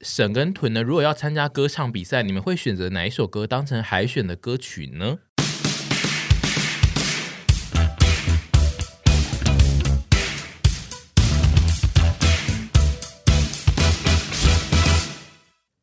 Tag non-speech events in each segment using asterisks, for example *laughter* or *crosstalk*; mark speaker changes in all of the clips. Speaker 1: 沈跟屯呢，如果要参加歌唱比赛，你们会选择哪一首歌当成海选的歌曲呢？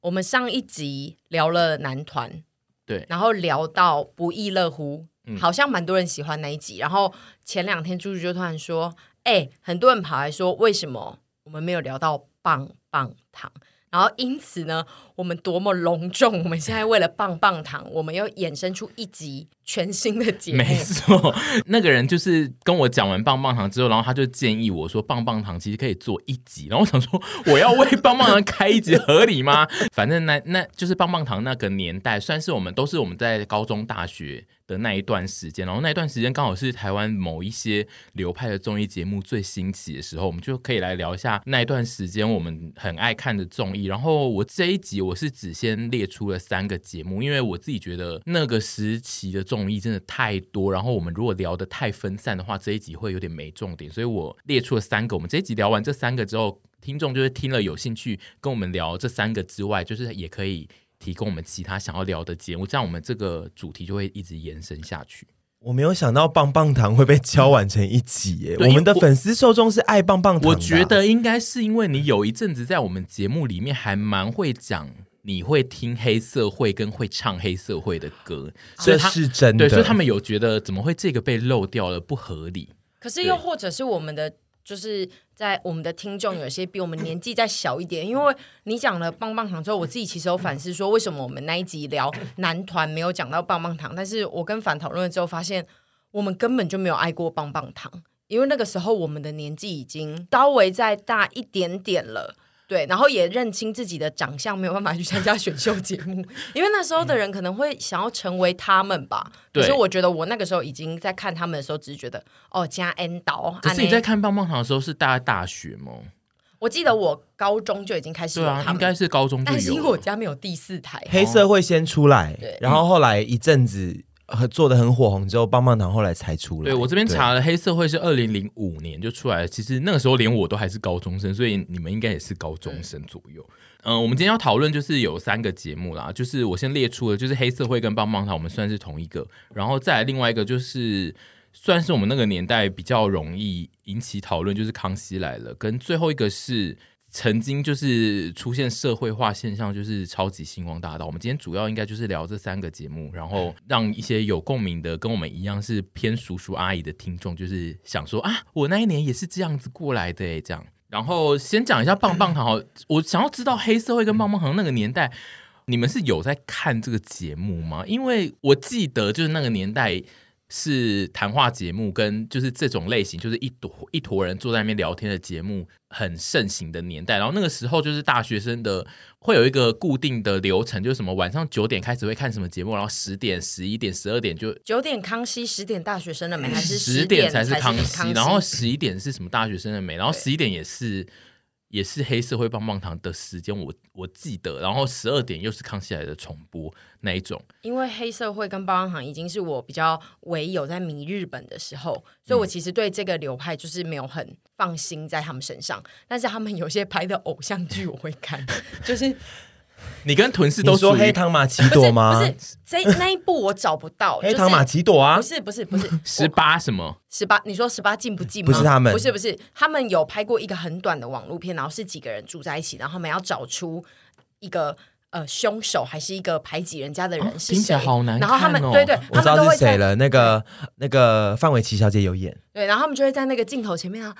Speaker 2: 我们上一集聊了男团，
Speaker 1: 对
Speaker 2: 然后聊到不亦乐乎，
Speaker 1: 嗯
Speaker 2: 好像蛮多人喜欢那一集。然后前两天猪猪就突然说：“哎、很多人跑来说，为什么我们没有聊到棒棒糖？”然后因此呢，我们多么隆重！我们现在为了棒棒糖，我们又衍生出一集全新的节目。
Speaker 1: 没错，那个人就是跟我讲完棒棒糖之后，然后他就建议我说，棒棒糖其实可以做一集。然后我想说，我要为棒棒糖开一集合理吗？反正那那就是棒棒糖那个年代，算是我们都是我们在高中、大学的那一段时间。然后那一段时间刚好是台湾某一些流派的综艺节目最兴起的时候，我们就可以来聊一下那一段时间我们很爱看的综艺。然后我这一集我是只先列出了三个节目，因为我自己觉得那个时期的综艺真的太多，然后我们如果聊得太分散的话，这一集会有点没重点，所以我列出了三个。我们这一集聊完这三个之后，听众就是听了有兴趣跟我们聊这三个之外，就是也可以。提供我们其他想要聊的节目，这样我们这个主题就会一直延伸下去。
Speaker 3: 我没有想到棒棒糖会被敲碗成一集耶！
Speaker 1: 对
Speaker 3: 我们的
Speaker 1: 我
Speaker 3: 粉丝受众是爱棒棒糖的啊、
Speaker 1: 我觉得应该是因为你有一阵子在我们节目里面还蛮会讲，你会听黑社会跟会唱黑社会的歌，所以
Speaker 3: 这
Speaker 1: 他
Speaker 3: 是真的。
Speaker 1: 对，所以他们有觉得怎么会这个被漏掉了不合理？
Speaker 2: 可是又或者是我们的，就是在我们的听众有些比我们年纪再小一点，因为你讲了棒棒糖之后，我自己其实有反思说，为什么我们那一集聊男团没有讲到棒棒糖？但是我跟凡讨论了之后，发现我们根本就没有爱过棒棒糖，因为那个时候我们的年纪已经稍微再大一点点了。对，然后也认清自己的长相，没有办法去参加选秀节
Speaker 1: *laughs*
Speaker 2: 目，因为那时候的人可能会想要成为他们吧。可
Speaker 1: 对
Speaker 2: 是我觉得我那个时候已经在看他们的时候，只是觉得哦加 N 导。
Speaker 1: 可是你
Speaker 2: 这
Speaker 1: 在
Speaker 2: 样呢，
Speaker 1: 看棒棒糖的时候是大概大学吗？
Speaker 2: 我记得我高中就已经开始
Speaker 1: 对
Speaker 2: 有
Speaker 1: 啊，
Speaker 2: 啊他
Speaker 1: 应
Speaker 2: 们，
Speaker 1: 该是高中就
Speaker 2: 但是因为
Speaker 1: 有
Speaker 2: 我
Speaker 1: 了。
Speaker 2: 家没有第四台，
Speaker 3: 黑社会先出来
Speaker 2: 对，
Speaker 3: 然后后来一阵子呃做的很火红之后，棒棒糖后来才出来。
Speaker 1: 对我这边查了，黑社会是二零零五年就出来了。其实那个时候连我都还是高中生，所以你们应该也是高中生左右。嗯、我们今天要讨论就是有三个节目啦，就是我先列出了，就是黑社会跟棒棒糖，我们算是同一个，然后再来另外一个就是。算是我们那个年代比较容易引起讨论，就是《康熙来了》，跟最后一个是曾经就是出现社会化现象，就是《超级星光大道》。我们今天主要应该就是聊这三个节目，然后让一些有共鸣的，跟我们一样是偏叔叔阿姨的听众，就是想说啊，我那一年也是这样子过来的诶，欸这样。然后先讲一下棒棒糖好，我想要知道黑社会跟棒棒糖那个年代，你们是有在看这个节目吗？因为我记得就是那个年代。是谈话节目跟就是这种类型，就是一坨一坨人坐在那边聊天的节目很盛行的年代。然后那个时候就是大学生的会有一个固定的流程，就是什么晚上九点开始会看什么节目，然后十点、十一点、十二点就
Speaker 2: 九点康熙，十点大学生了没？还是
Speaker 1: 十
Speaker 2: 点
Speaker 1: 点才是康
Speaker 2: 康
Speaker 1: 熙，然后十一点是什么大学生的美，然后十一点也是也是黑社会棒棒糖的时间，我我记得，然后十二点又是康熙来的重播那一种，
Speaker 2: 因为黑社会跟棒棒糖已经是我比较唯有在迷日本的时候，所以
Speaker 1: 嗯
Speaker 2: 我其实对这个流派就是没有很放心在他们身上。但是他们有些拍的偶像剧我会
Speaker 1: *laughs*
Speaker 2: 看，就是
Speaker 1: 你跟屯氏
Speaker 3: 你
Speaker 1: 都
Speaker 3: 说
Speaker 1: 属
Speaker 3: 黑
Speaker 1: 于
Speaker 3: 糖玛奇
Speaker 2: 不
Speaker 3: 朵
Speaker 2: 是
Speaker 3: 吗？
Speaker 2: 不是这那一部我找不到，
Speaker 3: 黑
Speaker 2: 就是
Speaker 3: 糖玛奇朵啊
Speaker 2: 不，是不是
Speaker 1: *laughs*
Speaker 2: 不是
Speaker 1: 十八什么。
Speaker 2: 十八，你说十八禁不禁吗？
Speaker 3: 不是他们
Speaker 2: 不是不是，他们有拍过一个很短的网络片，然后是几个人住在一起，然后他们要找出一个呃凶手还是一个排挤人家的人
Speaker 1: 哦
Speaker 2: 是谁，
Speaker 1: 听起来好难
Speaker 2: 然后他们、
Speaker 1: 看哦
Speaker 2: 对对，
Speaker 3: 我
Speaker 2: 他
Speaker 3: 知
Speaker 2: 们都
Speaker 3: 道
Speaker 2: 会
Speaker 3: 是谁
Speaker 2: 在
Speaker 3: 了。那个那个范玮琪小姐有演，
Speaker 2: 对，然后他们就会在那个镜头前面啊，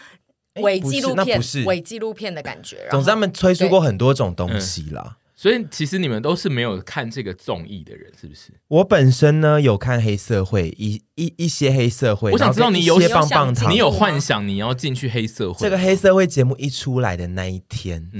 Speaker 3: 诶
Speaker 2: 伪
Speaker 3: 不
Speaker 2: 纪
Speaker 3: 是
Speaker 2: 录
Speaker 3: 那
Speaker 2: 片
Speaker 3: 哎不是，
Speaker 2: 伪纪录片的感觉。然
Speaker 3: 总之他
Speaker 2: 后
Speaker 3: 们推出过很多种东西啦。
Speaker 1: 所以其实你们都是没有看这个综艺的人，是不是？
Speaker 3: 我本身呢有看黑社会一一一些黑社会，
Speaker 1: 我想
Speaker 3: 然后
Speaker 1: 知道
Speaker 3: 跟
Speaker 1: 你
Speaker 3: 一
Speaker 1: 有
Speaker 3: 些
Speaker 1: 想
Speaker 3: 棒棒
Speaker 2: 进
Speaker 3: 糖，
Speaker 1: 你有幻想你要进去黑社会？
Speaker 3: 这个黑社会节目一出来的那一天，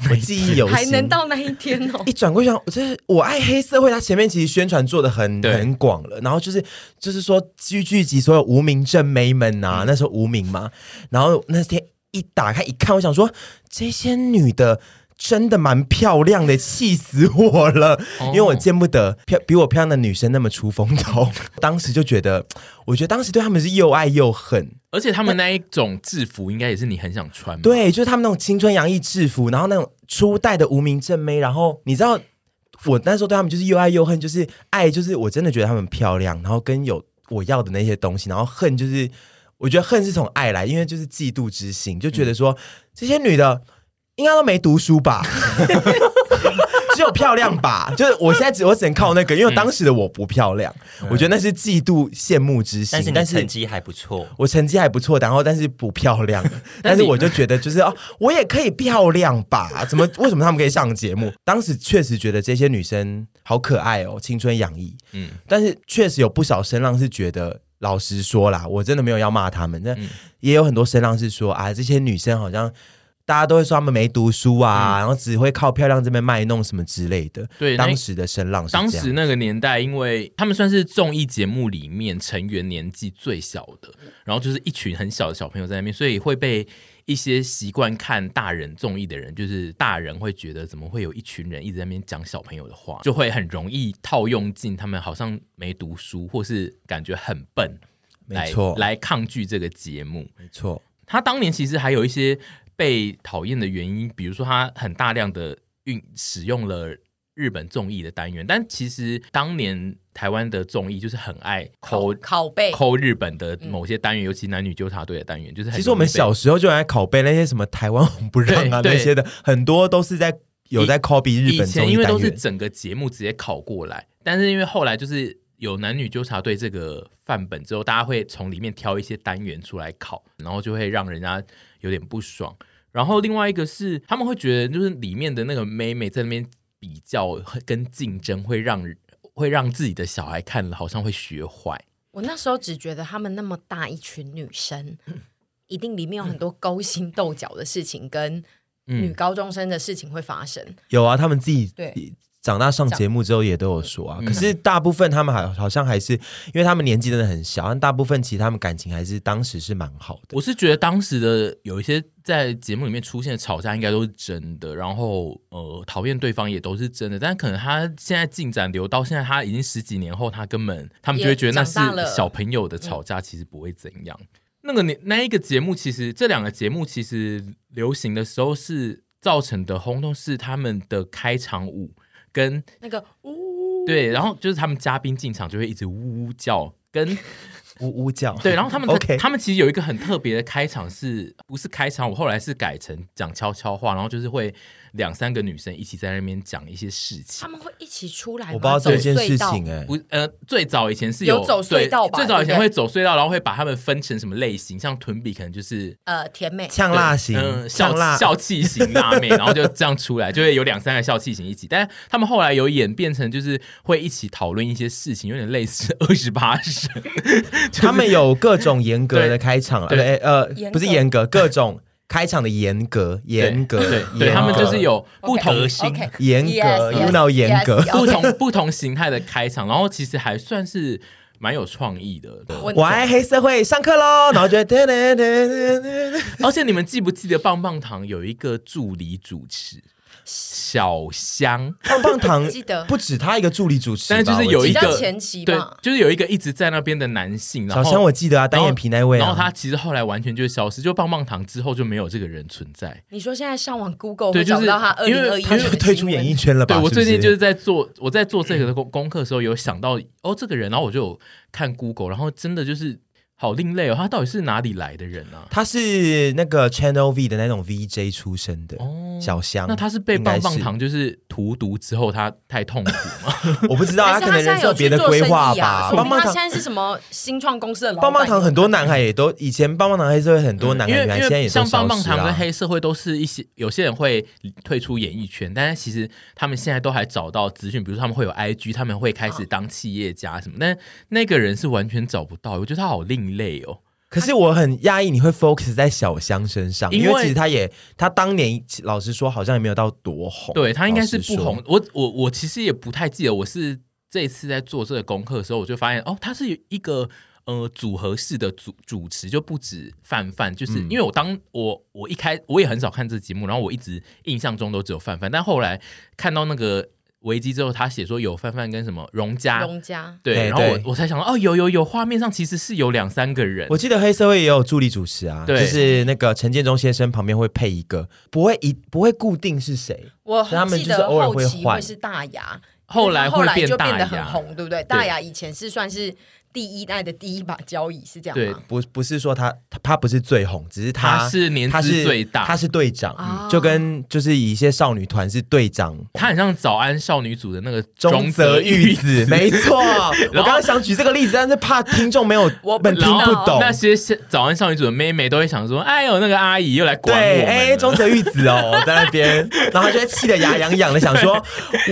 Speaker 3: *laughs* 我记忆犹新，
Speaker 2: 还能到那一天
Speaker 3: *laughs*
Speaker 2: 哦
Speaker 3: 一，转过去想，我就是我爱黑社会，它前面其实宣传做的很
Speaker 1: 对
Speaker 3: 很广了，然后就是就是说聚聚集所有无名正妹们呐、那时候无名嘛，然后那天一打开一看，我想说这些女的。真的蛮漂亮的，气死我了！
Speaker 1: 哦
Speaker 3: 因为我见不得漂比我漂亮的女生那么出风头， *laughs* 当时就觉得，我觉得当时对他们是又爱又恨。
Speaker 1: 而且他们那一种制服应该也是你很想穿吧。
Speaker 3: 呃对，就是他们那种青春洋溢制服，然后那种初代的无名正妹，然后你知道我那时候对他们就是又爱又恨，就是爱就是我真的觉得她们漂亮，然后跟有我要的那些东西，然后恨就是我觉得恨是从爱来，因为就是嫉妒之心，就觉得说、这些女的应该都没读书吧。只有漂亮吧，就是我现在只我只能靠那个，因为当时的我不漂亮，我觉得那是嫉妒、羡慕之心。
Speaker 4: 嗯但是你
Speaker 3: 但
Speaker 4: 的
Speaker 3: 是
Speaker 4: 成绩还不错，
Speaker 3: 我成绩还不错，然后但是不
Speaker 1: *laughs*
Speaker 3: 漂亮，但是我就觉得就是哦，我也可以漂亮吧？怎么为什么他们可以上节目？当时确实觉得这些女生好可爱哦，青春洋溢。
Speaker 1: 嗯
Speaker 3: 嗯，但是确实有不少声浪是觉得。老实说啦，我真的没有要骂他们，但
Speaker 1: 嗯
Speaker 3: 也有很多声浪是说啊，这些女生好像大家都会说她们没读书啊，然后只会靠漂亮这边卖弄什么之类的。
Speaker 1: 嗯对那
Speaker 3: 当时的声浪是这样
Speaker 1: 当时那个年代，因为他们算是综艺节目里面成员年纪最小的，然后就是一群很小的小朋友在那边，所以会被一些习惯看大人综艺的人，就是大人会觉得怎么会有一群人一直在那边讲小朋友的话，就会很容易套用进他们好像没读书或是感觉很笨，来
Speaker 3: 没错
Speaker 1: 来抗拒这个节目。
Speaker 3: 没错，
Speaker 1: 他当年其实还有一些被讨厌的原因，比如说他很大量的运使用了日本综艺的单元，但其实当年台湾的综艺就是很爱抠
Speaker 2: 拷贝，
Speaker 1: 抠日本的某些单元，尤其男女纠察队的单元，就是很
Speaker 3: 其实我们
Speaker 1: 容易被
Speaker 3: 小时候就很爱拷贝那些什么台湾红不让
Speaker 1: *laughs* 对
Speaker 3: 啊那
Speaker 1: 对
Speaker 3: 些的，很多都是在有在 copy 日
Speaker 1: 以
Speaker 3: 本综
Speaker 1: 前
Speaker 3: 艺
Speaker 1: 因为
Speaker 3: 单
Speaker 1: 都是
Speaker 3: 元。
Speaker 1: 整个节目直接考过来，但是因为后来就是有男女纠察队这个范本之后，大家会从里面挑一些单元出来考，然后就会让人家有点不爽。然后另外一个是他们会觉得就是里面的那个妹妹在那边比较跟竞争，会让会让自己的小孩看了好像会学坏。
Speaker 2: 我那时候只觉得他们那么大一群女生，一定里面有很多勾心斗角的事情跟
Speaker 3: 嗯
Speaker 2: 女高中生的事情会发生。
Speaker 3: 有啊，他们自己
Speaker 2: 对
Speaker 3: 长大上节目之后也都有说
Speaker 1: 嗯
Speaker 3: 啊。可是大部分他们好好像还是，因为他们年纪真的很小，但大部分其实他们感情还是当时是蛮好的。
Speaker 1: 我是觉得当时的有一些在节目里面出现的吵架，应该都是真的，然后呃，讨厌对方也都是真的，但可能他现在进展流到现在，他已经十几年后，他根本他们就会觉得那是
Speaker 2: 也长大了
Speaker 1: 小朋友的吵架，其实不会怎样。那个年那一个节目，其实这两个节目其实流行的时候是造成的轰动，是他们的开场舞跟
Speaker 2: 那个呜，
Speaker 1: 对，然后就是他们嘉宾进场就会一直呜呜叫，跟
Speaker 3: 呜呜叫，
Speaker 1: *laughs* 对，然后他们的
Speaker 3: OK
Speaker 1: 他们其实有一个很特别的开场是，不是开场？我后来是改成讲悄悄话，然后就是会两三个女生一起在那边讲一些事情
Speaker 2: 他。们会一起出来吗，
Speaker 3: 我不知道
Speaker 2: 走
Speaker 3: 这件事
Speaker 2: 隧道
Speaker 3: 情哎、
Speaker 1: 不，呃，最早以前是
Speaker 2: 有走隧道
Speaker 1: 对
Speaker 2: 吧
Speaker 1: 最早以前
Speaker 2: 对不对
Speaker 1: 会走隧道，然后会把他们分成什么类型，像屯比可能就是
Speaker 2: 呃，甜美
Speaker 3: 呛辣型，
Speaker 1: 嗯，
Speaker 3: 呛
Speaker 1: 笑
Speaker 3: 辣，
Speaker 1: 笑气型辣妹，然后就这样出来，就 *laughs* 会有两三个笑气型一起。但是他们后来有演变成就是会一起讨论一些事情，有点类似二十八神，
Speaker 3: 他们有各种严格的开场，
Speaker 1: 对
Speaker 3: 呃呃
Speaker 2: 严，格
Speaker 3: 不是严格，各种开场的严格，严格，
Speaker 1: 对
Speaker 3: 严
Speaker 1: 对，
Speaker 3: 格
Speaker 1: 他们就是有不同
Speaker 2: OK，
Speaker 4: 型
Speaker 2: OK，
Speaker 3: 严格
Speaker 2: yes，
Speaker 3: ，you
Speaker 2: yes，
Speaker 3: know，严格
Speaker 2: yes，
Speaker 1: 不
Speaker 2: OK
Speaker 1: 同 *laughs* 不同形态的开场，然后其实还算是蛮有创意的。
Speaker 2: 我
Speaker 3: *laughs* 我爱黑社会，上课
Speaker 2: *laughs*
Speaker 3: 喽！然后觉得，噔噔噔噔噔
Speaker 1: 而且你们记不记得棒棒糖有一个助理主持小香？
Speaker 3: 棒棒糖
Speaker 2: 记得
Speaker 3: 不止他一个助理主持吧，
Speaker 1: 但就是有一
Speaker 2: 比较
Speaker 1: 个
Speaker 2: 前期
Speaker 1: 对
Speaker 2: 吧，
Speaker 1: 就是有一个一直在那边的男性，
Speaker 3: 我记得
Speaker 1: 然
Speaker 3: 小
Speaker 1: 后
Speaker 3: 香，我记得啊，单眼皮那位、啊
Speaker 1: 然后他其实后来完全就消失，就棒棒糖之后就没有这个人存在。
Speaker 2: 你说现在上网 Google
Speaker 1: 对
Speaker 2: 会找
Speaker 1: 就是
Speaker 2: 到他二
Speaker 1: 因
Speaker 2: 零
Speaker 1: 为
Speaker 2: 二一
Speaker 1: 他
Speaker 3: 他就退出演艺圈了吧？
Speaker 1: 对我最近就是是在做我在做这个的功功课的时候，有想到哦这个人，然后我就有看 Google，然后真的就是好另类哦，他到底是哪里来的人啊？
Speaker 3: 他是那个 Channel V 的那种 VJ 出身的、
Speaker 1: 哦
Speaker 3: 小香，
Speaker 1: 那他是被
Speaker 3: 应该
Speaker 1: 棒棒，
Speaker 3: 是
Speaker 1: 糖就是荼毒之后，他太痛苦吗？
Speaker 3: *laughs* 我不知道
Speaker 2: 还
Speaker 3: 他
Speaker 2: 是
Speaker 3: 可能
Speaker 2: 现
Speaker 3: 人
Speaker 2: 在
Speaker 3: 生有
Speaker 2: 有
Speaker 3: 别
Speaker 2: 去
Speaker 3: 的
Speaker 2: 做
Speaker 3: 规
Speaker 2: 生
Speaker 3: 划
Speaker 2: 意
Speaker 3: 吧。
Speaker 2: 啊？说
Speaker 3: 棒
Speaker 2: 明
Speaker 3: 棒
Speaker 2: 他现
Speaker 3: 糖，
Speaker 2: 在是什么新创公司的老板？
Speaker 3: 棒棒糖很多男孩也都以前棒棒糖黑社会很多男
Speaker 1: 嗯因
Speaker 3: 孩
Speaker 1: 为
Speaker 3: 原来
Speaker 1: 因
Speaker 3: 现在也
Speaker 1: 为
Speaker 3: 都消
Speaker 1: 像
Speaker 3: 失了、
Speaker 1: 棒
Speaker 3: 啊
Speaker 1: 棒糖跟黑社会都是一些有些人会退出演艺圈，但是其实他们现在都还找到资讯，比如说他们会有 IG，他们会开
Speaker 3: 啊
Speaker 1: 始当企业家什么，但那个人是完全找不到，我觉得他好另类哦。
Speaker 3: 可是我很压抑，你会 focus 在小香身上，
Speaker 1: 因
Speaker 3: 因
Speaker 1: 为
Speaker 3: 为其实他也，他当年老实说好像也没有到多红，
Speaker 1: 对他应该是
Speaker 3: 老
Speaker 1: 不
Speaker 3: 实说
Speaker 1: 红，，我我我其实也不太记得，我是这一次在做这个功课的时候，我就发现哦，他是有一个呃组合式的主主持，就不止范范，就是、
Speaker 3: 嗯
Speaker 1: 因为我当我我一开我也很少看这节目，然后我一直印象中都只有范范，但后来看到那个。危机之后，他写说有范范跟什么荣佳，
Speaker 2: 荣家
Speaker 1: 对，
Speaker 3: 对
Speaker 1: 然后我
Speaker 3: 对
Speaker 1: 我才想到哦，有有有，画面上其实是有两三个人
Speaker 3: 我，记得黑社会也有助理主持啊，就
Speaker 1: 对
Speaker 3: 是那个陈建忠先生旁边会配一个，不会一不会固定是谁，
Speaker 2: 我
Speaker 3: 所以他们
Speaker 2: 记
Speaker 3: 就是
Speaker 2: 得
Speaker 3: 偶尔
Speaker 2: 后
Speaker 3: 会
Speaker 2: 期
Speaker 3: 换
Speaker 2: 会是大牙，
Speaker 1: 后来
Speaker 2: 因为他后
Speaker 1: 会
Speaker 2: 来
Speaker 1: 变
Speaker 2: 就
Speaker 1: 大
Speaker 2: 变得很
Speaker 1: 牙，
Speaker 2: 红，对不对？大牙以前是算是第一代的第一把交椅，是这样
Speaker 1: 对
Speaker 2: 吗？
Speaker 3: 不不是说他他他不是最红，只是他
Speaker 1: 他是年
Speaker 3: 他
Speaker 1: 资
Speaker 3: 是
Speaker 1: 最大，
Speaker 3: 他
Speaker 1: 他
Speaker 3: 是队长，
Speaker 2: 啊
Speaker 3: 就跟就是一些少女团是队长。
Speaker 1: 很像早安少女组的那个
Speaker 3: 中
Speaker 1: 泽
Speaker 3: 泽
Speaker 1: 玉
Speaker 3: 玉子，没错。我刚刚想举这个例子，但是怕听众没有
Speaker 2: 我
Speaker 3: 们
Speaker 2: 不知
Speaker 3: 听
Speaker 2: 道
Speaker 3: 不
Speaker 1: 哦
Speaker 3: 懂。
Speaker 1: 那些早安少女组的妹妹都会想说，哎呦，那个阿姨又来管我
Speaker 3: 对，
Speaker 1: 们了，
Speaker 3: 哎，中泽玉子
Speaker 1: *laughs*
Speaker 3: 哦，在那边，然后他就会气得牙痒痒的，想说，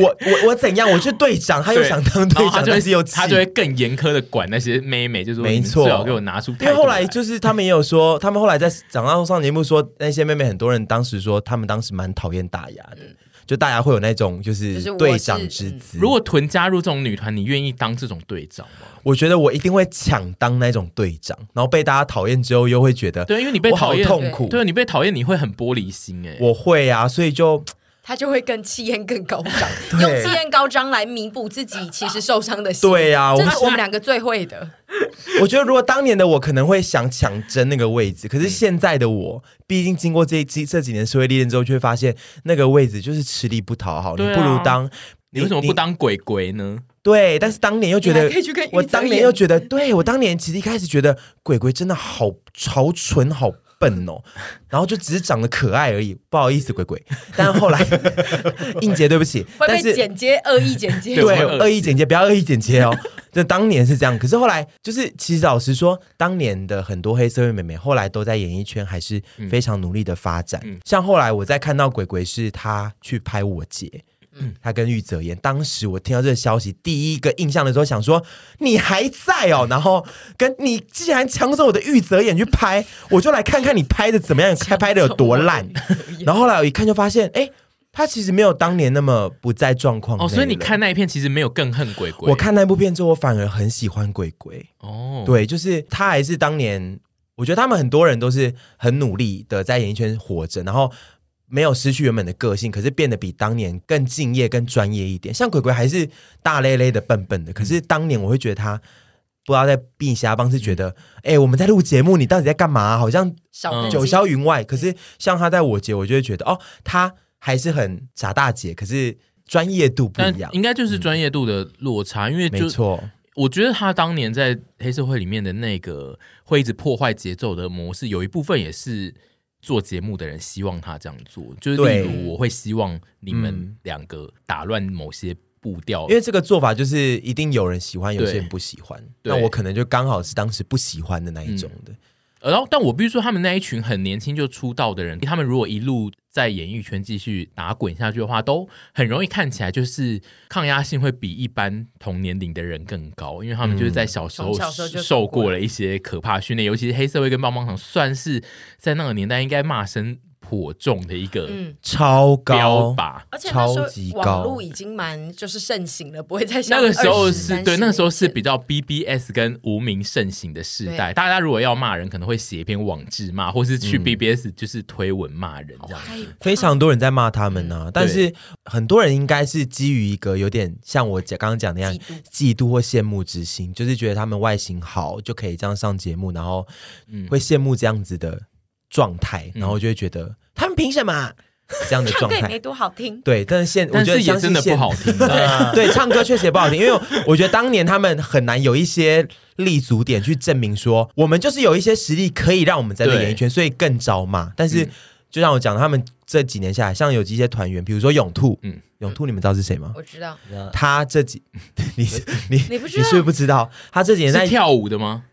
Speaker 3: 我我我怎样？我是队长，他又
Speaker 1: 对
Speaker 3: 想当
Speaker 1: 然
Speaker 3: 队
Speaker 1: 后他
Speaker 3: 长，
Speaker 1: 就
Speaker 3: 但是又
Speaker 1: 会
Speaker 3: 气
Speaker 1: 他就会更严苛的管那些妹妹，就说
Speaker 3: 没
Speaker 1: 你们
Speaker 3: 错
Speaker 1: 最好给我拿出态
Speaker 3: 因
Speaker 1: 度来。
Speaker 3: 为后来就是他们也有说，他们后来在长大后上节目说，那些妹妹很多人当时说，他们当时蛮讨厌大牙的，
Speaker 1: 嗯
Speaker 3: 就大牙会有那种就
Speaker 2: 就是是我
Speaker 3: 队
Speaker 2: 是
Speaker 3: 长之姿。
Speaker 1: 如果屯加入这种女团，你愿意当这种队长吗？
Speaker 3: 我觉得我一定会抢当那种队长，然后被大家讨厌之后，又会觉得
Speaker 1: 对，因为你被
Speaker 3: 我好
Speaker 1: 讨厌，
Speaker 3: 痛苦，
Speaker 1: 对，你被讨厌你会很玻璃心哎、
Speaker 3: 我会啊，所以就，
Speaker 2: 他就会更气焰更高涨用
Speaker 3: *laughs* 对
Speaker 2: 气焰高涨来弥补自己其实受伤的心。
Speaker 3: 对啊
Speaker 2: 这
Speaker 3: 我
Speaker 2: 是我们两个最会的。
Speaker 3: *laughs* 我觉得如果当年的我可能会想抢争那个位置，可是现在的我，毕竟经过这这这几年社会历练之后，就会发现那个位置就是吃力不讨好，你
Speaker 1: 对啊
Speaker 3: 不如当。
Speaker 1: 你为什么不？当鬼鬼呢？
Speaker 3: 对，但是当年又觉
Speaker 2: 你
Speaker 3: 得
Speaker 2: 还可以去跟，
Speaker 3: 我
Speaker 2: 玉泽
Speaker 3: 当年
Speaker 2: 演
Speaker 3: 又觉得，对我当年其实一开始觉得鬼鬼真的好好蠢，好笨哦，然后就只是长得可爱而已，不好意思鬼鬼。但后来 *laughs* 应杰，对不起，
Speaker 2: 会
Speaker 3: 但
Speaker 2: 被
Speaker 3: 是
Speaker 2: 剪接，恶意剪接。
Speaker 1: 对
Speaker 3: 对，
Speaker 1: 我会
Speaker 3: 恶意剪接，不要恶意剪
Speaker 1: *laughs*
Speaker 3: 接哦。就当年是这样，可是后来就是，其实老实说，当年的很多黑社会妹妹，后来都在演艺圈还是非常努力的发展。
Speaker 1: 嗯
Speaker 3: 像后来我在看到鬼鬼是他去拍我姐。
Speaker 1: 嗯
Speaker 3: 他跟玉泽演，当时我听到这个消息，第一个印象的时候想说你还在哦，然后跟你既然抢走我的玉泽演去拍，我就来看看你拍的怎么样，开拍的有多烂。然后后来我一看就发现，哎、他其实没有当年那么不在状况
Speaker 1: 哦，所以
Speaker 3: 内
Speaker 1: 你
Speaker 3: 了
Speaker 1: 看那一片其实没有更恨鬼鬼。
Speaker 3: 我看那部片之后，我反而很喜欢鬼鬼。
Speaker 1: 哦，
Speaker 3: 对，就是他还是当年，我觉得他们很多人都是很努力的在演艺圈活着，然后没有失去原本的个性，可是变得比当年更敬业、更专业一点。像鬼鬼还是大咧咧的、笨笨的，可是
Speaker 1: 嗯
Speaker 3: 当年我会觉得他。不知道在避瞎帮是觉得，哎、我们在录节目，你到底在干嘛、好像
Speaker 2: 少
Speaker 1: 嗯
Speaker 2: 根
Speaker 3: 九
Speaker 2: 筋
Speaker 3: 霄云外。可是像他在我姐，我就会觉得，哦，他还是很傻大姐，可是专业度不
Speaker 1: 但
Speaker 3: 一样。
Speaker 1: 应该就是专业度的落差，因为
Speaker 3: 嗯没
Speaker 1: 就
Speaker 3: 错，
Speaker 1: 我觉得他当年在黑社会里面的那个会一直破坏节奏的模式，有一部分也是做节目的人希望他这样做，就是例
Speaker 3: 对
Speaker 1: 如我会希望你们
Speaker 3: 嗯
Speaker 1: 两个打乱某些步调，
Speaker 3: 因为这个做法就是一定有人喜欢，有
Speaker 1: 对
Speaker 3: 些人不喜欢。
Speaker 1: 对
Speaker 3: 那我可能就刚好是当时不喜欢的那一种的。
Speaker 1: 呃然后，但我必须说，他们那一群很年轻就出道的人，他们如果一路在演艺圈继续打滚下去的话，都很容易看起来就是抗压性会比一般同年龄的人更高，因为他们就是在小时候
Speaker 2: 从小时候就
Speaker 1: 受过了一些可怕训练，尤其是黑社会跟棒棒糖，算是在那个年代应该骂声颇重的一个
Speaker 2: 嗯。
Speaker 3: 超
Speaker 1: 标
Speaker 3: 高，
Speaker 1: 靶。
Speaker 2: 而且那时
Speaker 3: 超级
Speaker 2: 候
Speaker 3: 高
Speaker 2: 网络已经蛮就是盛行了，不会再像
Speaker 1: 那个时候
Speaker 2: 20
Speaker 1: 是
Speaker 2: 30
Speaker 1: 对，那个时候是
Speaker 2: 年前
Speaker 1: 比较 BBS 跟无名盛行的时代。大家如果要骂人，可能会写一篇网志骂，或是
Speaker 3: 嗯
Speaker 1: 去 BBS 就是推文骂人这样子。
Speaker 3: 非常多人在骂他们呢、啊
Speaker 1: 嗯
Speaker 3: 但是很多人应该是基于一个有点像我讲刚刚讲的那样
Speaker 2: 嫉妒
Speaker 3: 嫉妒或羡慕之心，就是觉得他们外形好就可以这样上节目，然后
Speaker 1: 嗯
Speaker 3: 会羡慕这样子的状态，然后就会觉得他们凭什么啊、这样的
Speaker 2: 唱
Speaker 3: 状
Speaker 2: 歌也
Speaker 3: 态
Speaker 2: 没？多好听，
Speaker 3: 对，但是现我
Speaker 1: 但
Speaker 3: 觉得
Speaker 1: 是也
Speaker 3: 相信
Speaker 1: 真的不
Speaker 3: 现
Speaker 1: 好听。啊
Speaker 3: *laughs* 对，唱歌确实也不好听，因为我觉得当年他们很难有一些立足点去证明说，我们就是有一些实力可以让我们在这
Speaker 1: 对嗯
Speaker 3: 演艺圈，所以更招嘛。但是、就像我讲的，他们这几年下来，像有一些团员，比如说永兔，
Speaker 1: 嗯
Speaker 3: 嗯，永兔你们知道是谁吗？
Speaker 2: 我知道。
Speaker 3: 他这几， *laughs* 你你
Speaker 2: 你不知道
Speaker 3: 是不是不知道？他这几年
Speaker 1: *laughs* 是
Speaker 3: 在
Speaker 1: 跳舞的吗？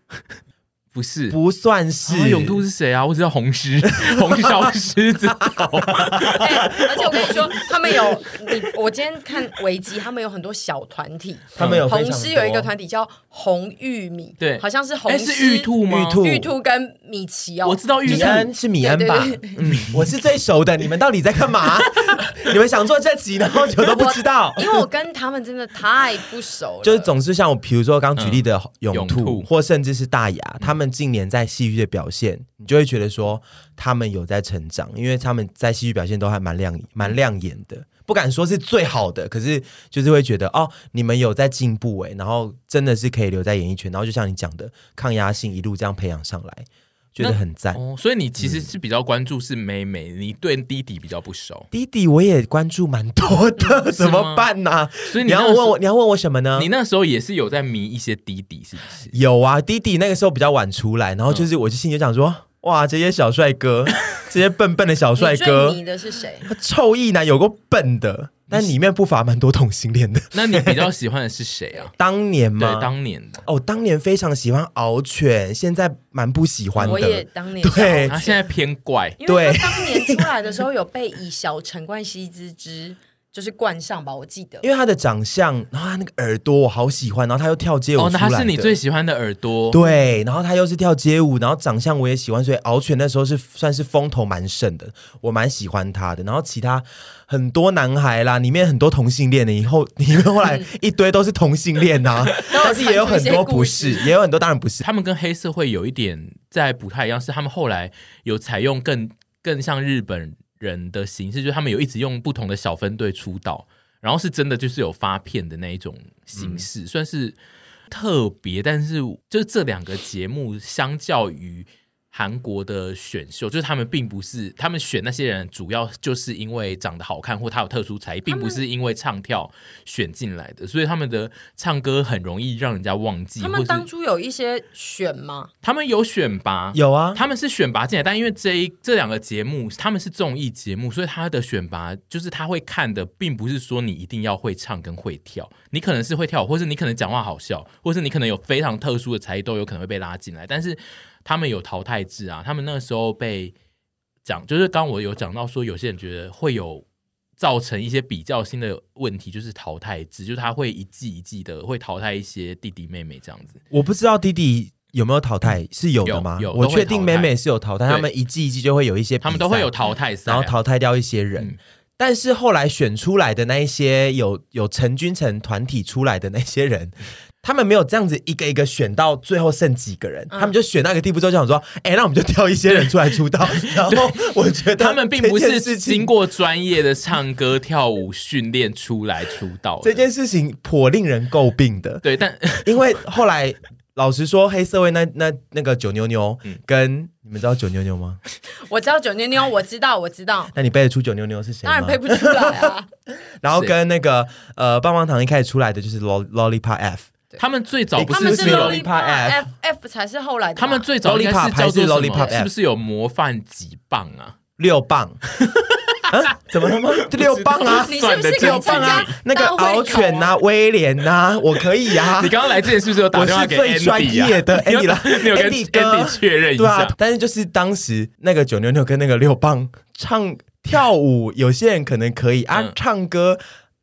Speaker 1: 不是，
Speaker 3: 不算是、
Speaker 1: 啊永兔是谁啊？我只知道红狮， *laughs* 红烧狮 *laughs* 子头。
Speaker 2: 哎，而且我跟你说，他们有你，我今天看维基，他们有很多小团体，
Speaker 3: 他们有哦非
Speaker 2: 红
Speaker 3: 常
Speaker 2: 狮有一个
Speaker 3: 多
Speaker 2: 团体叫红玉米，
Speaker 1: 对
Speaker 2: 好像是红
Speaker 1: 哎，
Speaker 2: 狮
Speaker 1: 是玉，兔吗？
Speaker 3: 玉兔
Speaker 2: 玉兔跟米奇哦，
Speaker 1: 我知道玉
Speaker 3: 米
Speaker 1: 兔。
Speaker 3: 恩是米恩吧？
Speaker 2: 对
Speaker 3: 嗯，我是最熟的。你们到底在干嘛？ *laughs* 你们想做这集，然后我都不知道。
Speaker 2: 因为我跟他们真的太不熟了，
Speaker 3: 就是总之像我，比如说刚举例的
Speaker 1: 嗯永
Speaker 3: 永
Speaker 1: 兔嗯
Speaker 3: 兔，或甚至是大牙，他们近年在戏剧的表现，你就会觉得说他们有在成长，因为他们在戏剧表现都还蛮亮蛮亮眼的，不敢说是最好的，可是就是会觉得哦，你们有在进步诶，然后真的是可以留在演艺圈，然后就像你讲的，抗压性一路这样培养上来，觉得
Speaker 1: 那
Speaker 3: 很赞。
Speaker 1: 哦，所以你其实是比较关注是妹妹，
Speaker 3: 嗯
Speaker 1: 你对弟弟比较不熟，
Speaker 3: 弟弟，我也关注蛮多的，怎么办呢、
Speaker 1: 嗯所以
Speaker 3: 你
Speaker 1: 那
Speaker 3: 要
Speaker 1: 时
Speaker 3: 问我，你要问我什么呢？
Speaker 1: 你那时候也是有在迷一些弟弟，是不是？
Speaker 3: 有啊，弟弟那个时候比较晚出来，
Speaker 1: 嗯
Speaker 3: 然后就是我就心里就想说，哇，这些小
Speaker 1: *laughs*
Speaker 3: 帅哥，这些笨笨的小帅
Speaker 2: 你最
Speaker 3: 哥
Speaker 2: 迷，的是谁？
Speaker 3: 他臭意男有够笨的，但里面不乏蛮多同性
Speaker 1: *laughs*
Speaker 3: 恋的。？
Speaker 1: 那你比较喜欢的是谁啊
Speaker 3: 当年
Speaker 1: 对
Speaker 3: 嘛，，
Speaker 1: 当年的。
Speaker 3: 哦，当年非常喜欢敖犬，现在蛮不喜欢
Speaker 2: 我也
Speaker 3: 的。
Speaker 2: 当年
Speaker 3: 对
Speaker 1: 他现在偏怪，
Speaker 2: 因为他当年出来的时候有被以小陈冠希之之就是冠上吧，我记得
Speaker 3: 因。为他的长相，然后他那个耳朵我好喜欢，然后他又跳街舞
Speaker 1: 哦，
Speaker 3: 出
Speaker 1: 那
Speaker 3: 来
Speaker 1: 他是你
Speaker 3: 的
Speaker 1: 最喜欢的耳朵，
Speaker 3: 对，然后他又是跳街舞，然后长相我也喜欢，所以敖犬那时候是算是风头蛮盛的，我蛮喜欢他的。然后其他很多男孩啦，里面很多同性恋的，以后里面后
Speaker 1: *laughs*
Speaker 3: 来一堆都是同性恋呐、但是也有很多不是，也有很多当然不是。
Speaker 1: 他们跟黑社会有一点在不太一样，是他们后来有采用更更像日本人的形式，就是他们有一直用不同的小分队出道，然后是真的就是有发片的那一种形
Speaker 2: 嗯
Speaker 1: 式，算是特别。但是就是这两个节目相较于。韩国的选秀就是他们并不是他们选那些人，主要就是因为长得好看或他有特殊才艺，并不是因为唱跳选进来的，所以他们的唱歌很容易让人家忘记。
Speaker 2: 他
Speaker 1: 或
Speaker 2: 们
Speaker 1: 是
Speaker 2: 当初有一些选嘛，
Speaker 1: 他们有选拔，
Speaker 3: 有啊，
Speaker 1: 他们是选拔进来，但因为这一这两个节目他们是综艺节目，所以他的选拔就是他会看的，并不是说你一定要会唱跟会跳，你可能是会跳舞，或是你可能讲话好笑，或是你可能有非常特殊的才艺，都有可能会被拉进来。但是他们有淘汰制啊，他们那个时候被讲，就是刚我有讲到说，有些人觉得会有。造成一些比较性的问题，就是淘汰制，就是他会一季一季的会淘汰一些弟弟妹妹这样子。
Speaker 3: 我不知道弟弟。有没有淘汰是有的
Speaker 1: 有
Speaker 3: 吗？
Speaker 1: 有
Speaker 3: 我
Speaker 1: 都会
Speaker 3: 确定
Speaker 1: 淘汰
Speaker 3: 美美是有淘汰，
Speaker 1: 对
Speaker 3: 他们一季一季就会有一些比赛，
Speaker 1: 他们都会有淘汰赛啊、
Speaker 3: 然后淘汰掉一些人。
Speaker 1: 嗯
Speaker 3: 但是后来选出来的那一些有有陈君成团体出来的那些人，
Speaker 1: 嗯
Speaker 3: 他们没有这样子一个一个选到最后剩几个人，
Speaker 2: 嗯
Speaker 3: 他们就选那个地步之后就想说，哎、那我们就挑一些人出来出道。 *laughs* 然后我觉得
Speaker 1: 他们并不
Speaker 3: 这件
Speaker 1: 是
Speaker 3: 事
Speaker 1: 经
Speaker 3: 情，
Speaker 1: 过专业的唱歌、跳舞训练出来出道的。
Speaker 3: 这件事情颇令人诟病的，
Speaker 1: 对，但
Speaker 3: 因为后来老实说，黑社会那那那个九妞妞
Speaker 1: 嗯
Speaker 3: 跟、你们知道九妞妞吗？
Speaker 2: 我知道九妞妞，我知道，我知道，
Speaker 3: 那你背得出九妞妞是谁
Speaker 2: 当然？
Speaker 3: 吗
Speaker 2: 背不出来啊。
Speaker 3: 然后跟那个呃棒棒糖一开始出来的就是 Lo- Lollipop F。
Speaker 1: 他们最早不
Speaker 2: 哎他
Speaker 1: 是
Speaker 2: 们
Speaker 3: 不
Speaker 2: 是
Speaker 3: 是
Speaker 1: 有
Speaker 3: Lollipop
Speaker 2: Lollipop 啊
Speaker 3: F
Speaker 2: F F 才是后来的吧，
Speaker 1: 他们最早应该是
Speaker 3: Lollipop
Speaker 1: 叫做什
Speaker 3: 还是 Lollipop
Speaker 1: 么？
Speaker 3: 哎 F？
Speaker 1: 是不是有模范几棒啊？
Speaker 3: 六磅。啊、怎么了吗？这六磅啊，
Speaker 2: *laughs* 你是
Speaker 1: 算
Speaker 2: 不是有参
Speaker 1: 得真棒
Speaker 2: 加
Speaker 1: 啊
Speaker 3: 那个敖犬啊
Speaker 2: 呐？
Speaker 3: 呐、威廉呐、我可以
Speaker 1: *laughs*
Speaker 3: 啊
Speaker 1: 你。刚刚来之前是不是有打
Speaker 3: 我
Speaker 1: 电话
Speaker 3: 是
Speaker 1: 给
Speaker 3: 最专
Speaker 1: Andy
Speaker 3: 业
Speaker 1: 啊？
Speaker 3: 的 Andy 啦
Speaker 1: 你有跟
Speaker 3: Andy 哥
Speaker 1: Andy 确认一
Speaker 3: 对啊
Speaker 1: 下，，
Speaker 3: 但是就是当时那个九妞妞跟那个六磅唱跳舞，有些人可能可以啊，
Speaker 1: 嗯
Speaker 3: 唱歌，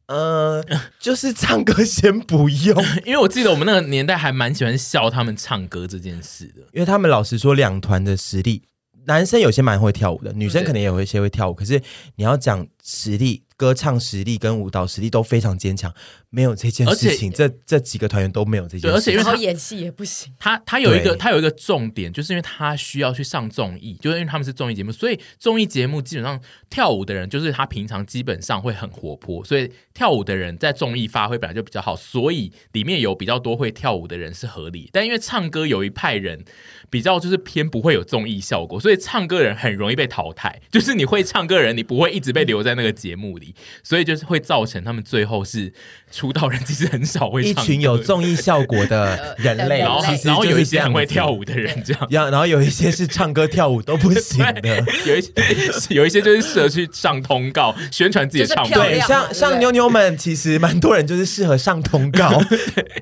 Speaker 3: 呃，就是唱歌先不用，
Speaker 1: 因为我记得我们那个年代还蛮喜欢笑他们唱歌这件事的。
Speaker 3: 因为他们老实说，两团的实力，男生有些蛮会跳舞的，女生
Speaker 1: 嗯对
Speaker 3: 可能也有一些会跳舞。可是你要讲实力，歌唱实力跟舞蹈实力都非常坚强，没有这件
Speaker 1: 而且
Speaker 3: 事情，这这几个团员都没有这件事情。
Speaker 1: 对而且因为
Speaker 2: 然
Speaker 1: 他
Speaker 2: 后演戏也不行，
Speaker 1: 他他有一个
Speaker 3: 对
Speaker 1: 他有一个重点，就是因为他需要去上综艺，就是因为他们是综艺节目，所以综艺节目基本上跳舞的人，就是他平常基本上会很活泼，所以跳舞的人在综艺发挥本来就比较好，所以里面有比较多会跳舞的人是合理。但因为唱歌有一派人比较就是偏不会有综艺效果，所以唱歌人很容易被淘汰，就是你会唱歌人，你不会一直被留在那个节目里，所以就是会造成他们最后是出道人其实很少会
Speaker 3: 一
Speaker 1: 唱
Speaker 3: 群
Speaker 1: 歌
Speaker 3: 有
Speaker 1: 的
Speaker 3: 综艺效果的人
Speaker 2: 人
Speaker 3: 类
Speaker 1: *laughs* 然后，
Speaker 3: 其实
Speaker 1: 然后
Speaker 3: 就
Speaker 1: 有
Speaker 3: 是
Speaker 1: 一
Speaker 3: 这
Speaker 1: 些
Speaker 3: 样
Speaker 1: 很会
Speaker 3: 子
Speaker 1: 跳。舞的人这样。
Speaker 3: 然后然后有一些是唱歌跳舞都不行
Speaker 1: *laughs*
Speaker 3: 的，
Speaker 1: 有一些有一些 *laughs* 就是适合去上通告宣传自己的唱
Speaker 2: 就是漂
Speaker 1: 片，
Speaker 3: 对，
Speaker 2: 亮嘛对
Speaker 3: 像
Speaker 2: 不对
Speaker 3: 像妞妞们，其实蛮多人就是适合上通
Speaker 1: *laughs*
Speaker 3: 告，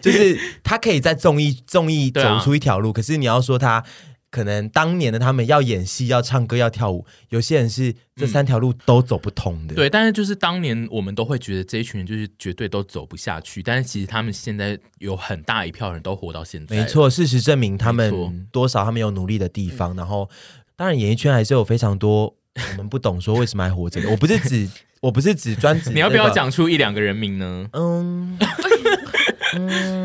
Speaker 3: 就是他可以在综艺综艺
Speaker 1: 对啊
Speaker 3: 走出一条路。可是你要说他可能当年的他们要演戏、要唱歌、要跳舞，有些人是这三条路都走不通的。
Speaker 1: 嗯对，但是就是当年我们都会觉得这一群人就是绝对都走不下去，但是其实他们现在有很大一票人都活到现在，
Speaker 3: 没，错，事实证明他
Speaker 1: 没错
Speaker 3: 们多少他们有努力的地方，然后当然演艺圈还是有非常多我们不懂说为什么还活着的。我不是指我不是指专
Speaker 1: *laughs*
Speaker 3: 指
Speaker 1: 你要不要
Speaker 3: 那个？
Speaker 1: 讲出一两个人名呢？
Speaker 3: 嗯，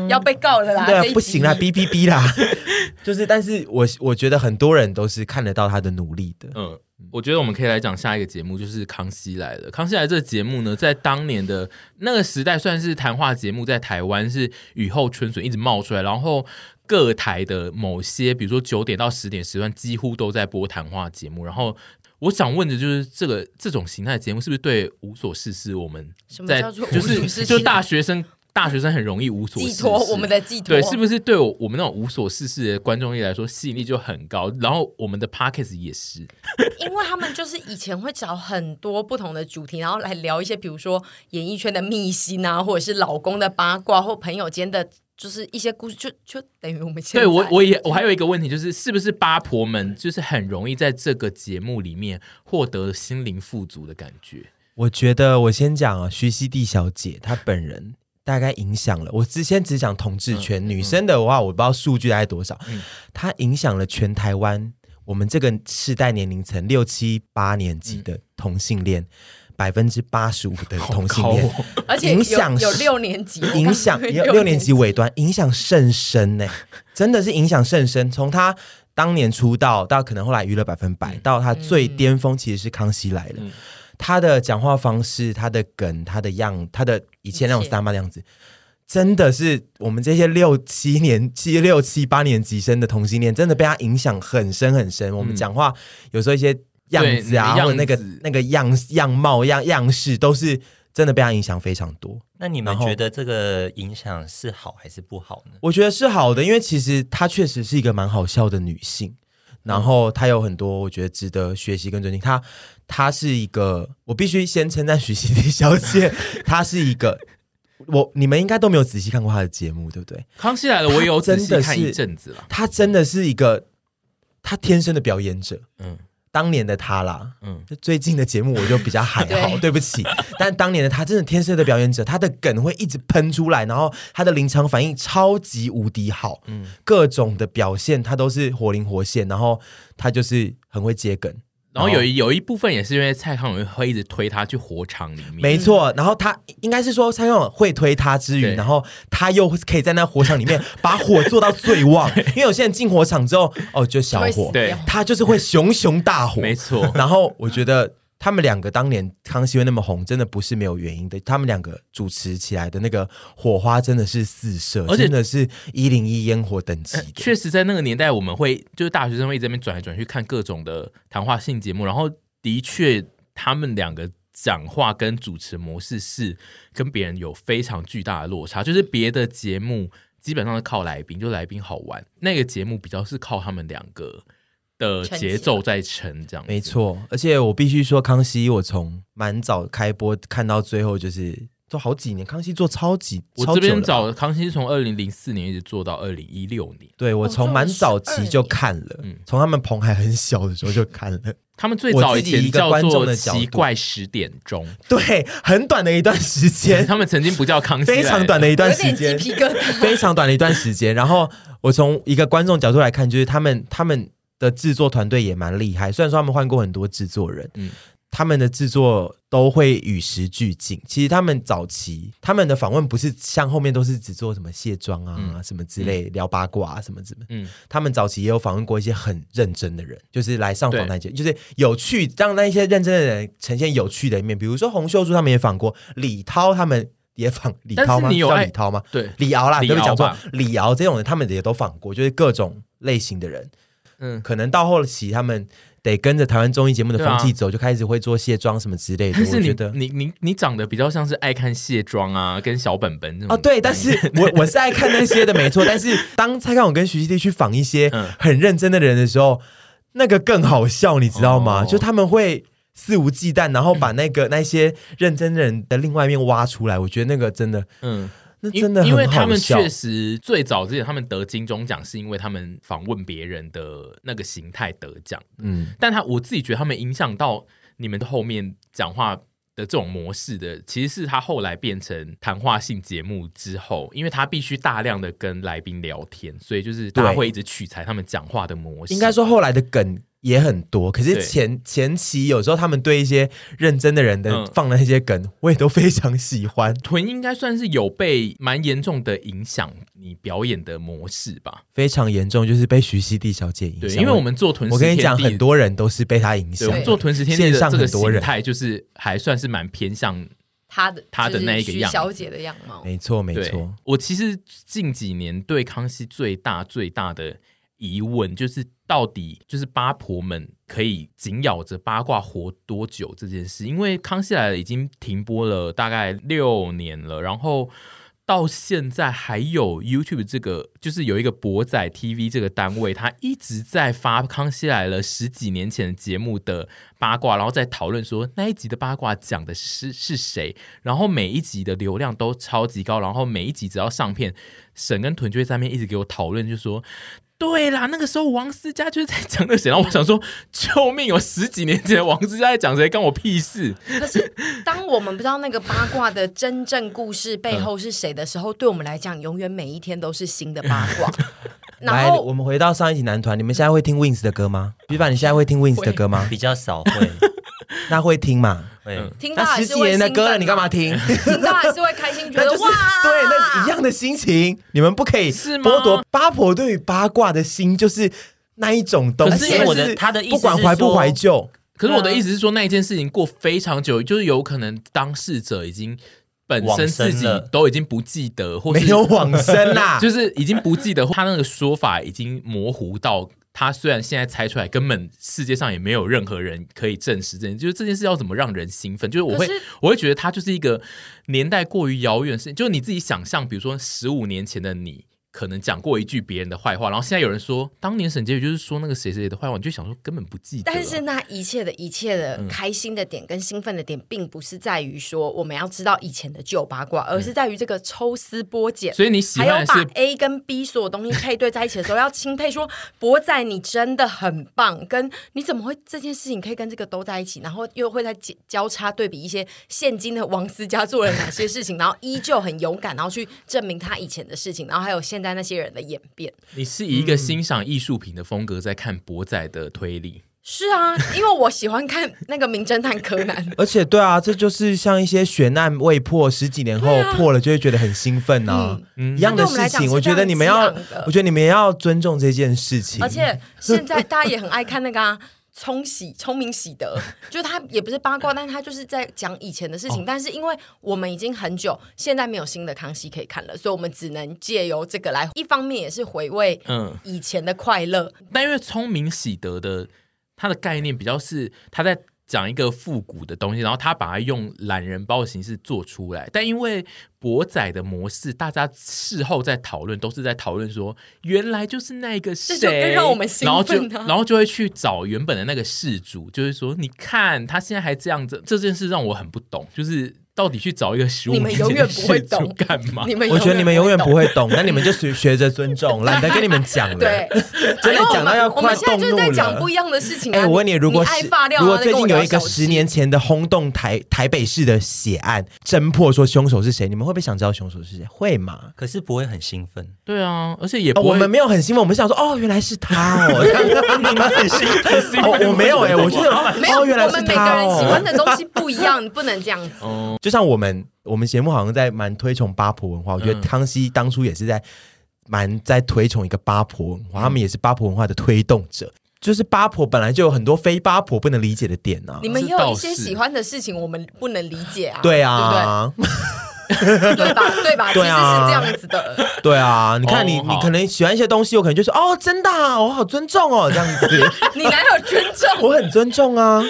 Speaker 2: 要被告了啦，
Speaker 3: 对啊
Speaker 2: 这一，集
Speaker 3: 不
Speaker 2: *laughs*
Speaker 3: 行啦，哔哔哔啦， *laughs* 就是，但是我我觉得很多人都是看得到他的努力的，
Speaker 1: 嗯，我觉得我们可以来讲下一个节目，就是《康熙来了》。《康熙来了》这个节目呢，在当年的那个时代，算是谈话节目在台湾是雨后春笋一直冒出来，然后。各台的某些，比如说九点到十点时段，几乎都在播谈话节目。然后我想问的就是，这个这种形态的节目是不是对无所事事我们
Speaker 2: 什么
Speaker 1: 在
Speaker 2: 叫做
Speaker 1: 就
Speaker 2: 无所事
Speaker 1: 是
Speaker 2: 事
Speaker 1: 就大学生大学生很容易无所事
Speaker 2: 寄
Speaker 1: 事啊
Speaker 2: 托我们的寄托，
Speaker 1: 对，是不是对我我们那种无所事事的观众力来说吸引力就很高？然后我们的 podcast 也是，
Speaker 2: 因为他们就是以前会找很多不同的主题，然后来聊一些，比如说演艺圈的秘辛啊，或者是老公的八卦，或朋友间的，就是一些故事，就就等于我们现在
Speaker 1: 对我我也我还有一个问题就是，是不是八婆们就是很容易在这个节目里面获得心灵富足的感觉？
Speaker 3: 我觉得我先讲啊，徐熙娣小姐她本人大概影响了我之前只讲同志圈、
Speaker 2: 嗯
Speaker 3: 女生的话，我不知道数据大概多少，她影响了全台湾我们这个世代年龄层六七八年级
Speaker 2: 嗯
Speaker 3: 的同性恋，百分之八十五的同性恋。
Speaker 1: 好高哦
Speaker 2: 而且
Speaker 3: 影
Speaker 2: 有
Speaker 3: 响
Speaker 2: 有六年级，我
Speaker 3: 影
Speaker 2: 刚 *laughs*
Speaker 3: 响
Speaker 2: 对
Speaker 3: 六六年级尾端，影响甚深呢、真的是影响甚深。从他当年出道到可能后来娱乐百分百，到他最
Speaker 2: 嗯
Speaker 3: 巅峰其实是《康熙来了》
Speaker 1: 嗯
Speaker 3: 他的讲话方式、他的梗、他的样、他的以前那种
Speaker 2: 一切
Speaker 3: 三八的样子。真的是我们这些六七年、七六七八年级生的同性恋，真的被他影响很深很深。我们讲话有时候一些样子
Speaker 1: 嗯
Speaker 3: 啊，
Speaker 1: 对
Speaker 3: 或者那个
Speaker 1: 你的样子
Speaker 3: 那个样样貌、样样式，都是真的被他影响非常多。
Speaker 4: 那你们
Speaker 3: 然后
Speaker 4: 觉得这个影响是好还是不好呢？
Speaker 3: 我觉得是好的，因为其实她确实是一个蛮好笑的女性，然后她有很多我觉得值得学习跟尊敬。她她是一个，我必须先称赞徐熙娣小姐， *laughs* 她是一个，我你们应该都没有仔细看过她的节目，对不对？
Speaker 1: 康熙来了，我也有仔细
Speaker 3: 啊真的是
Speaker 1: 看一阵子了。
Speaker 3: 她真的是一个，她天生的表演者，
Speaker 1: 嗯
Speaker 3: 当年的她啦，
Speaker 1: 嗯，
Speaker 3: 最近的节目我就比较还好，
Speaker 1: *laughs*
Speaker 2: 对
Speaker 3: 对不起。但当年的他真的天生的表演者，他的梗会一直喷出来，然后他的临场反应超级无敌好，嗯，各种的表现他都是活灵活现，然后他就是很会接梗，
Speaker 1: 然后有一有一部分也是因为蔡康永会一直推他去火场里面，
Speaker 3: 没错。然后他应该是说蔡康永会推他之余，
Speaker 1: 对
Speaker 3: 然后他又可以在那火场里面把火做到最
Speaker 1: *laughs*
Speaker 3: 旺，因为有些人进火场之后哦就小
Speaker 2: 会死
Speaker 3: 火，
Speaker 1: 对
Speaker 2: 掉
Speaker 3: 他就是会熊熊大火，
Speaker 1: 没错，
Speaker 3: 然后我觉得他们两个当年康熙会那么红，真的不是没有原因的。他们两个主持起来的那个火花真的是四射，
Speaker 1: 而且呃
Speaker 3: 真的是一零一烟火等级的。
Speaker 1: 确实，在那个年代，我们会就是大学生会一直在那边转来转去看各种的谈话性节目，然后的确，他们两个讲话跟主持模式是跟别人有非常巨大的落差，就是别的节目基本上是靠来宾，就来宾好玩，那个节目比较是靠他们两个的
Speaker 2: 撑起
Speaker 1: 节奏在撑，这样子
Speaker 3: 没。错，而且我必须说，康熙我从蛮早开播看到最后，就是都好几年，康熙做超级，
Speaker 1: 我
Speaker 3: 超
Speaker 1: 这
Speaker 3: 久
Speaker 1: 边
Speaker 3: 了
Speaker 1: 找康熙是从二零零四年一直做到二零一六年，
Speaker 3: 对我
Speaker 2: 哦
Speaker 3: 从
Speaker 2: 做
Speaker 3: 蛮
Speaker 2: 了
Speaker 3: 早
Speaker 2: 12
Speaker 3: 期就
Speaker 2: 年
Speaker 3: 看了
Speaker 1: 嗯，
Speaker 3: 从他们棚还很小的时候就看了。
Speaker 1: 他们最
Speaker 3: 我
Speaker 1: 早以
Speaker 3: 自己一
Speaker 1: 前
Speaker 3: 个
Speaker 1: 叫
Speaker 3: 观众
Speaker 1: 做
Speaker 3: 的
Speaker 1: 《
Speaker 3: 角度
Speaker 1: 奇怪十点
Speaker 3: *laughs*
Speaker 1: 钟
Speaker 3: 对，很短的一段
Speaker 1: *laughs*
Speaker 3: 时》，间，
Speaker 1: 他们曾经不叫康熙来了，
Speaker 3: 非常短的一
Speaker 2: 有
Speaker 3: 段时
Speaker 2: 点鸡
Speaker 3: 间，
Speaker 2: 皮疙瘩。
Speaker 3: 非常短的一段时间。然后我从一个观众角度来看，就是他们他们的制作团队也蛮厉害，虽然说他们换过很多制作人，
Speaker 1: 嗯
Speaker 3: 他们的制作都会与时俱进。其实他们早期他们的访问不是像后面都是只做什么卸妆啊、
Speaker 1: 嗯
Speaker 3: 什么之类、聊八卦啊什么什么，
Speaker 1: 嗯，
Speaker 3: 他们早期也有访问过一些很认真的人，就是来上访
Speaker 1: 对
Speaker 3: 谈节，就是有趣，让那些认真的人呈现有趣的一面。比如说洪秀柱他们也访过，李涛他们也访李
Speaker 1: 但是
Speaker 3: 涛吗？
Speaker 1: 你有
Speaker 3: 叫
Speaker 1: 爱
Speaker 3: 李涛吗？
Speaker 1: 对，
Speaker 3: 李敖啦，
Speaker 1: 李
Speaker 3: 对
Speaker 1: 敖
Speaker 3: 不起，讲错
Speaker 1: 吧，
Speaker 3: 李敖这种人，他们也都访过，就是各种类型的人，
Speaker 1: 嗯。
Speaker 3: 可能到后期他们得跟着台湾综艺节目的
Speaker 1: 对啊
Speaker 3: 风气走，就开始会做卸妆什么之类的。
Speaker 1: 但是
Speaker 3: 我觉
Speaker 1: 你
Speaker 3: 得
Speaker 1: 你你你长得比较像是爱看卸妆啊，跟小本本那种
Speaker 3: 哦，对，但
Speaker 1: *laughs*
Speaker 3: 是我我是爱看那些的，没错。但是当蔡康永跟徐熙娣去访一些
Speaker 1: 嗯
Speaker 3: 很认真的人的时候，那个更好笑，你知道吗？
Speaker 1: 哦
Speaker 3: 就他们会。肆无忌惮，然后把那个那些认真的人的另外一面挖出来，我觉得那个真的，
Speaker 1: 嗯，
Speaker 3: 那
Speaker 1: 因
Speaker 3: 真的很
Speaker 1: 因
Speaker 3: 好笑。
Speaker 1: 为他们确实最早之前他们得金钟奖是因为他们访问别人的那个形态得奖，
Speaker 3: 嗯，
Speaker 1: 但他我自己觉得他们影响到你们后面讲话的这种模式的，其实是他后来变成谈话性节目之后，因为他必须大量的跟来宾聊天，所以就是大家
Speaker 3: 对
Speaker 1: 会一直取材他们讲话的模式，
Speaker 3: 应该说后来的梗也很多，可是
Speaker 1: 对
Speaker 3: 前前期有时候他们对一些认真的人的
Speaker 1: 嗯
Speaker 3: 放的那些梗， *laughs* 我也都非常喜欢，
Speaker 1: 臀应该算是有被蛮严重的影响你表演的模式吧？
Speaker 3: 非常严重，就是被徐熙娣小姐影
Speaker 1: 对，
Speaker 3: 响。
Speaker 1: 因为我们做臀，
Speaker 3: 我跟你讲，很，多人都是被她影
Speaker 1: 对，
Speaker 3: 响
Speaker 1: 我们
Speaker 2: 对。
Speaker 1: 做臀食天地
Speaker 3: 线
Speaker 1: 的
Speaker 3: 上
Speaker 1: 这个
Speaker 3: 很多人
Speaker 1: 形态，就是还算是蛮偏向
Speaker 2: 她的
Speaker 1: 她的
Speaker 2: 就是
Speaker 1: 那一个
Speaker 2: 徐
Speaker 1: 样
Speaker 2: 小
Speaker 1: 子
Speaker 2: 姐的样貌，
Speaker 3: 没错，没
Speaker 1: 对
Speaker 3: 错，。
Speaker 1: 我其实近几年对康熙最大最大的疑问就是，到底就是八婆们可以紧咬着八卦活多久这件事？因为《康熙来了》已经停播了大概六年了，然后。到现在还有 YouTube 这个，就是有一个博仔 TV 这个单位，他一直在发《康熙来了》十几年前的节目的八卦，然后再讨论说那一集的八卦讲的是是谁，然后每一集的流量都超级高，然后每一集只要上片，沈跟屯就会在那边一直给我讨论，就说。对啦，那个时候王思佳就是在讲那谁，然后我想说，救命！有十几年前的王思佳在讲谁，干我屁事？
Speaker 2: 可是，当我们不知道那个八卦的真正故事背后是谁的时候，对我们来讲，永远每一天都是新的八
Speaker 1: *laughs*
Speaker 2: 卦。然
Speaker 3: 来，
Speaker 2: 后
Speaker 3: 我们回到上一集男团，你们现在会听 Wins 的歌吗？比凡，你现在会听 Wins 的
Speaker 2: *laughs*
Speaker 3: 歌吗？
Speaker 4: 比较少
Speaker 3: *laughs*
Speaker 4: 会
Speaker 3: 那会听嘛？
Speaker 4: 会。
Speaker 2: 听到
Speaker 3: 那
Speaker 2: 还
Speaker 3: 十
Speaker 2: 是
Speaker 3: 几
Speaker 2: 会啊兴
Speaker 3: 年的
Speaker 2: 奋
Speaker 3: 歌了，
Speaker 2: 嘛
Speaker 3: 你干嘛？听？
Speaker 2: 听到还是会开心，觉
Speaker 3: *laughs* 那
Speaker 2: 得
Speaker 3: 就是
Speaker 2: 哇，啊
Speaker 3: 对，那一样的心情，你们不可以
Speaker 1: 是吗
Speaker 3: 剥夺八婆对于八卦的心，就是那一种东
Speaker 1: 可
Speaker 3: 西。
Speaker 1: 是
Speaker 3: 就
Speaker 4: 我的他的意思
Speaker 3: 不管
Speaker 4: 是
Speaker 3: 怀不
Speaker 4: 说
Speaker 3: 怀旧，
Speaker 1: 可是我的意思是说，那一件事情过非常久，就是有可能当事者已经本身自
Speaker 4: 往
Speaker 1: 己
Speaker 4: 生了
Speaker 1: 都已经不记得，或
Speaker 3: 没
Speaker 1: 是
Speaker 3: 有往生
Speaker 2: *laughs* 啊
Speaker 3: 啦。
Speaker 1: 就是已经不记得他那个说法已经模糊到，他虽然现在猜出来，根本世界上也没有任何人可以证实这件，就是这件事要怎么让人兴奋？就是我会
Speaker 2: 可是
Speaker 1: 我会觉得它就是一个年代过于遥远的事情，就是你自己想象，比如说十五年前的你。可能讲过一句别人的坏话，然后现在有人说当年沈婕妤就是说那个谁谁谁的坏话，你就想说根本不记得啊。
Speaker 2: 但是那一切的一切的
Speaker 3: 嗯
Speaker 2: 开心的点跟兴奋的点，并不是在于说我们要知道以前的旧八卦，而是在于这个抽丝剥茧。
Speaker 1: 所以你喜
Speaker 2: 还
Speaker 1: 欢
Speaker 2: 有
Speaker 1: 的
Speaker 2: 把
Speaker 1: 是
Speaker 2: A 跟 B 所有东西配对在一起的时候，要钦佩说博仔你真的很棒，跟你怎么会这件事情可以跟这个都在一起，然后又会在交交叉对比一些现今的王思佳做了哪些事情，然后依旧很勇敢，然后去证明他以前的事情，然后还有现在那些人的演变。
Speaker 1: 你是以一
Speaker 2: 嗯
Speaker 1: 个欣赏艺术品的风格在看博仔的推理，
Speaker 2: 是啊，因为我喜欢看那个《名侦探柯南》
Speaker 3: 而且，对啊，这就是像一些悬案未破，十几年后破了，就会觉得很兴奋啊。一样
Speaker 2: 啊嗯对
Speaker 3: 的事情，
Speaker 2: 我们来讲是
Speaker 3: 我觉得你们
Speaker 2: 非
Speaker 3: 要
Speaker 2: 常激昂的，
Speaker 3: 我觉得你们要尊重这件事情。
Speaker 2: 而且现在大家也很爱看那个、啊。 *laughs* 冲喜聪明喜德，就是他也不是八卦，但是他就是在讲以前的事情。
Speaker 3: 哦
Speaker 2: 但是因为我们已经很久，现在没有新的康熙可以看了，所以我们只能借由这个来，一方面也是回味
Speaker 1: 嗯，
Speaker 2: 以前的快乐。
Speaker 1: 但因为聪明喜德的它的概念比较是他在讲一个复古的东西，然后他把它用懒人包的形式做出来。但因为博仔的模式，大家事后在讨论，都是在讨论说原来就是那一个谁，
Speaker 2: 这就更让我们兴
Speaker 1: 然后就
Speaker 2: 奋啊
Speaker 1: 然后就会去找原本的那个事主，就是说你看他现在还这样子，这件事让我很不懂，就是到底去找一个十五
Speaker 2: 你们
Speaker 1: 年前
Speaker 2: 永远
Speaker 1: 的
Speaker 2: 不会
Speaker 1: 事主
Speaker 2: 懂
Speaker 1: 干嘛？
Speaker 2: 你们
Speaker 3: 我觉得你们永远不
Speaker 2: 会
Speaker 3: 会懂，那你们就学学着尊
Speaker 2: *laughs*
Speaker 3: 重，懒得跟你们讲了。
Speaker 2: 懂对，哎
Speaker 3: 真的讲到要
Speaker 2: 我们
Speaker 3: 快
Speaker 2: 现在
Speaker 3: 动
Speaker 2: 就是
Speaker 3: 怒哎
Speaker 2: 在讲不
Speaker 3: 了。
Speaker 2: 一样的事情、啊。
Speaker 3: 哎、我问你，如果
Speaker 2: 爱
Speaker 3: 是
Speaker 2: 发料、啊，
Speaker 3: 如果
Speaker 2: 那
Speaker 3: 最
Speaker 2: 跟我
Speaker 3: 近有
Speaker 2: 聊
Speaker 3: 一个
Speaker 2: 小
Speaker 3: 十
Speaker 2: 吃
Speaker 3: 年前的轰动台台北市的血案，侦破说凶手是谁，你们会不会想知道凶手是谁？会吗？
Speaker 4: 可是不会很兴奋，
Speaker 1: 对啊，而且也
Speaker 3: 哦
Speaker 1: 不会、
Speaker 3: 我们没有很兴奋，我们想说哦，原来是他
Speaker 2: *laughs*
Speaker 3: 哦，这样
Speaker 4: 你们很兴奋是
Speaker 3: *laughs* 哦，我没有哎、我觉得
Speaker 2: 没有，
Speaker 3: 哦，原来
Speaker 2: 我
Speaker 3: 是
Speaker 2: 们每个
Speaker 3: 他
Speaker 2: 人喜欢
Speaker 3: 哦。
Speaker 2: 的东西不一样，不能这样子。
Speaker 3: 就像我们我们节目好像在蛮推崇八婆文化，我
Speaker 2: 嗯
Speaker 3: 觉得康熙当初也是在蛮在推崇一个八婆
Speaker 2: 嗯
Speaker 3: 文化，他们也是八婆文化的推动者。就是八婆本来就有很多非八婆不能理解的点啊
Speaker 2: 你，们也有一
Speaker 1: 这
Speaker 2: 些
Speaker 1: 倒是
Speaker 2: 喜欢的事情，我们不能理解啊。
Speaker 3: 对啊，
Speaker 2: 对不对，对
Speaker 3: *laughs*
Speaker 2: 吧？对吧？其实
Speaker 3: 对啊
Speaker 2: 是这样子的。
Speaker 3: *laughs* 对啊，你看
Speaker 1: 哦
Speaker 3: 你你
Speaker 1: 好
Speaker 3: 可能喜欢一些东西，我可能就说哦，真的啊，我好尊重哦，这样
Speaker 1: *laughs*
Speaker 3: 子，
Speaker 2: 你哪有尊重？
Speaker 3: 我很尊重啊，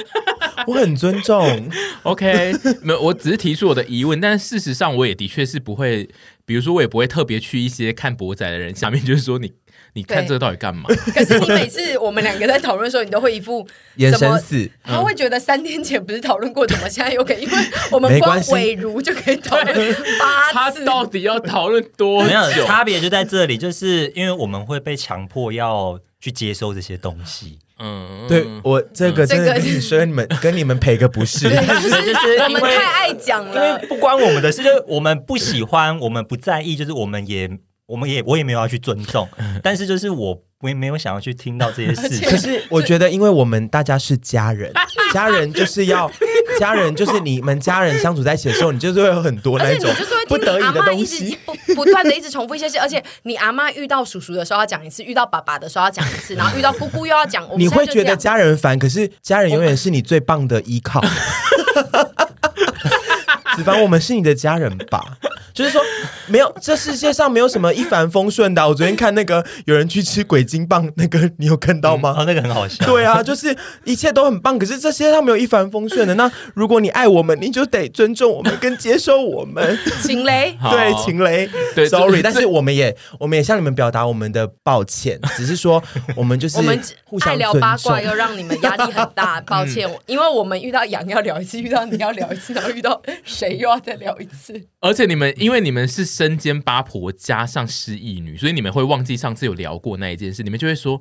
Speaker 3: 我很尊
Speaker 2: *laughs*
Speaker 3: 重。
Speaker 1: OK，没 *laughs* 有，我只是提出我的疑问，但是事实上我也的确是不会，比如说我也不会特别去一些看博仔的人下面，就是说你 *laughs* 你看
Speaker 2: 对
Speaker 1: 这个到底干嘛？
Speaker 2: 可是你每次我们两个在讨论的时候，你都会一副
Speaker 3: 眼
Speaker 2: 怎么
Speaker 3: 神死，
Speaker 2: 他
Speaker 3: 嗯
Speaker 2: 会觉得三天前不是讨论过，怎么现在又可以？因为我们
Speaker 3: 没
Speaker 2: 光
Speaker 3: 关系
Speaker 2: 伟如就可以讨论八
Speaker 1: 他
Speaker 2: 次。
Speaker 1: 到底要讨论多
Speaker 4: 没有
Speaker 1: 久？
Speaker 4: 差别就在这里，就是因为我们会被强迫要去接收这些东
Speaker 1: *laughs*
Speaker 4: 西，
Speaker 1: 嗯，
Speaker 3: 对我这个
Speaker 2: 这
Speaker 3: 真
Speaker 2: 个
Speaker 3: 的跟你说，
Speaker 2: *laughs*
Speaker 3: 你们跟你们赔个不是。
Speaker 2: 对，就是
Speaker 4: 就是
Speaker 2: 我们
Speaker 4: 因为
Speaker 2: 太爱讲
Speaker 4: 因为
Speaker 2: 了。
Speaker 4: 不关我们的事，就是我们不喜欢，我们不在意，就是我们也我们也我也没有要去尊重，
Speaker 3: 嗯
Speaker 4: 但是就是我我也没有想要去听到
Speaker 1: *laughs*
Speaker 4: 这些事
Speaker 2: 而
Speaker 3: 可
Speaker 4: 情。
Speaker 3: 是我觉得，因为我们大家是家
Speaker 2: *laughs*
Speaker 3: 人，家人就是要家人，就是你们家人相处在一起的时候，你就是会有很多
Speaker 2: 而
Speaker 3: 那
Speaker 2: 且
Speaker 3: 种
Speaker 2: 你就是会
Speaker 3: 不
Speaker 2: 听
Speaker 3: 得
Speaker 2: 你
Speaker 3: 已
Speaker 2: 阿
Speaker 3: 的
Speaker 2: 妈
Speaker 3: 东
Speaker 2: 一直
Speaker 3: 西。
Speaker 2: 不不断的一直重复一些事，而且你阿妈遇到叔叔的时候要讲一次，遇到爸爸的时候要讲一次，然后遇到姑姑又要讲。我们
Speaker 3: 你
Speaker 2: 现在
Speaker 3: 会
Speaker 2: 就
Speaker 3: 觉
Speaker 2: 这
Speaker 3: 得
Speaker 2: 样
Speaker 3: 家人烦，可是家人永远是你最棒的
Speaker 2: *laughs*
Speaker 3: 依靠。子凡，我们是你的家人吧？就是说，没有这世界上没有什么一帆风顺的啊、我昨天看那个有人去吃鬼金棒，那个你有看到吗？
Speaker 2: 嗯
Speaker 4: 哦，那个很好
Speaker 3: *laughs*
Speaker 4: 笑。
Speaker 3: 对啊，就是一切都很棒，可是这世界上没有一帆风顺的。那如果你爱我们，你就得尊重我们跟接受我们。
Speaker 2: 行雷。
Speaker 1: 好
Speaker 3: 对，秦雷，
Speaker 1: 对
Speaker 3: ，sorry，
Speaker 1: 这
Speaker 3: 但是我们也我们也向你们表达我们的抱歉，只是说我们就是
Speaker 2: *laughs* 我们
Speaker 3: 互
Speaker 2: 爱
Speaker 3: 相
Speaker 2: 聊
Speaker 3: 尊
Speaker 2: 八
Speaker 3: 重
Speaker 2: 卦，。又让你们压力很大，抱歉，因为我们遇到羊要聊一次，遇到你要聊一次，然后遇到谁又要再聊一次。
Speaker 1: 而且你们因为你们是身兼八婆加上失忆女，所以你们会忘记上次有聊过那一件事，你们就会说。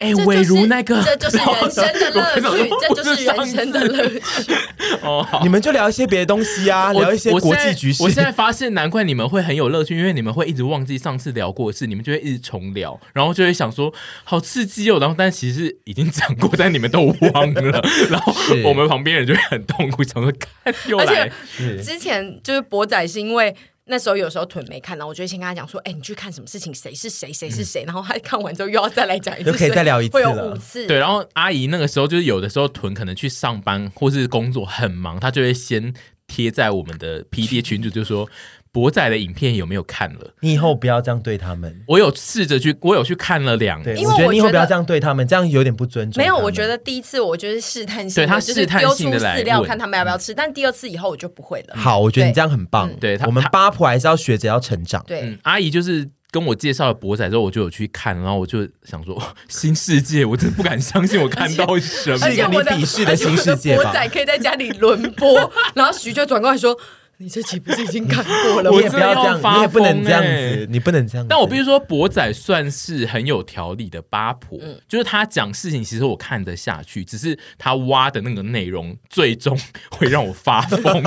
Speaker 1: 哎，
Speaker 2: 这就是
Speaker 1: 伟如那个，
Speaker 2: 这就是人生的乐趣，这就是人生的乐趣。
Speaker 1: 哦，好
Speaker 3: *laughs* 你们就聊一些别的东西啊，
Speaker 1: 我
Speaker 3: 聊一些国际局势
Speaker 1: 我现在。我。现在发现，难怪你们会很有乐趣，因为你们会一直忘记上次聊过的事，你们就会一直重聊，然后就会想说好刺激哦。然后但其实已经讲过，但你们都忘了。然后
Speaker 3: 是
Speaker 1: 我们旁边人就会很痛苦，想说看又
Speaker 2: 而
Speaker 1: 来
Speaker 2: 且。之前就是博仔是因为。那时候有时候屯没看到，我就会先跟他讲说：“哎、你去看什么事情？谁是谁？谁是谁？”然后他看完之后又要再来讲一次，
Speaker 3: 就可以再聊一次
Speaker 2: 会有
Speaker 3: 了
Speaker 2: 五次。
Speaker 1: 对，然后阿姨那个时候就是有的时候屯可能去上班或是工作很忙，她就会先贴在我们的 P D 群组，就说博仔的影片有没有看了？
Speaker 3: *laughs* 你以后不要这样对他们。
Speaker 1: 我有试着去，我有去看了两
Speaker 3: 对，
Speaker 2: 因为
Speaker 3: 我觉得
Speaker 2: 我
Speaker 3: 你以后
Speaker 2: 觉
Speaker 3: 不要
Speaker 2: 得
Speaker 3: 这样对他们，这样有点不尊重。
Speaker 2: 没有，我觉。得第一次我就是试探性
Speaker 1: 对
Speaker 2: 的，
Speaker 1: 他
Speaker 2: 就
Speaker 1: 试
Speaker 2: 是
Speaker 1: 探
Speaker 2: 丢
Speaker 1: 性
Speaker 2: 出
Speaker 1: 地来
Speaker 2: 饲料
Speaker 1: 问
Speaker 2: 看他们要不要吃，但第二次以后我就不会了。
Speaker 3: 好，我觉得你
Speaker 2: 对
Speaker 3: 这样很棒。
Speaker 1: 对他
Speaker 3: 我们
Speaker 1: 他
Speaker 3: 八婆还是要学着要成长。
Speaker 2: 对，
Speaker 1: 嗯，阿姨就是跟我介绍了博仔之后，我就有去看，然后我就想说， *laughs* 哇新世界，我真的不敢相信我看到什么
Speaker 2: 而
Speaker 3: 是一个
Speaker 2: 且
Speaker 3: 你
Speaker 2: 我的
Speaker 3: 鄙视的新世界
Speaker 2: 而且我的
Speaker 3: 吧
Speaker 2: 博仔可以在家里轮播，然后徐就转过来说：“你这集不是已经看过了吗？”
Speaker 3: 你
Speaker 1: 我
Speaker 3: 也
Speaker 1: 真
Speaker 3: 不
Speaker 1: 的
Speaker 3: 要这
Speaker 1: 要
Speaker 3: 样，
Speaker 1: 发
Speaker 3: 你也不能
Speaker 1: 疯
Speaker 3: 这样
Speaker 1: 欸
Speaker 3: 子，你不能这样子。
Speaker 1: 但我必须说，博仔算是很有条理的八婆，
Speaker 2: 嗯
Speaker 1: 就是他讲事情，其实我看得下去，只是他挖的那个内容，最终会让我发
Speaker 2: *laughs*
Speaker 1: 疯。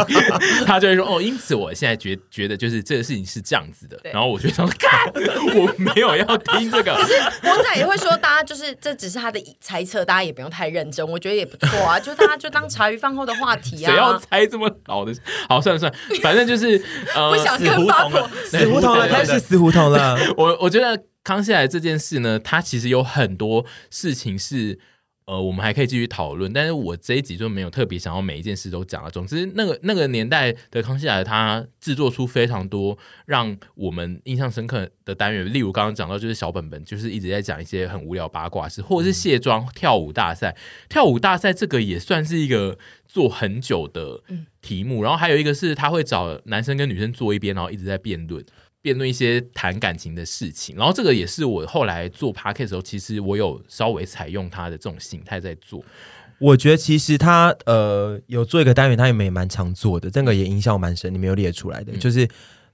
Speaker 1: 他就会说：“哦，因此我现在觉觉得，就是这个事情是这样子的。”
Speaker 2: 对
Speaker 1: 然后我就想说，看，我没有要听这个。
Speaker 2: 博仔也会说，大家就是这只是他的猜测，大家也不用太认真，我觉得也不错啊，就大家就当茶余饭后的话题
Speaker 1: 谁要
Speaker 2: 啊。
Speaker 1: 猜这么老的？好，算了算了，反正就是
Speaker 2: *laughs*
Speaker 1: 呃，
Speaker 2: 不想跟八婆，
Speaker 3: 死胡
Speaker 4: 啊
Speaker 3: 同了，啊
Speaker 1: 对
Speaker 3: 开始死胡同了。
Speaker 1: *laughs* 我我觉得康熙来这件事呢，它其实有很多事情是。呃，我们还可以继续讨论，但是我这一集就没有特别想要每一件事都讲了。总之，那个那个年代的康熙来，他制作出非常多让我们印象深刻的单元，例如刚刚讲到就是小本本，就是一直在讲一些很无聊八卦事，或者是卸妆、跳舞大赛。跳舞大赛这个也算是一个做很久的题目，然后还有一个是他会找男生跟女生坐一边，然后一直在辩论。辩论一些谈感情的事情，然后这个也是我后来做 p a c k e t 的时候，其实我有稍微采用他的这种形态在做。
Speaker 3: *laughs* 我觉得其实他呃有做一个单元，他也蛮常做的，这个也影响我蛮深，你没有列出
Speaker 1: 嗯
Speaker 3: 来的，就是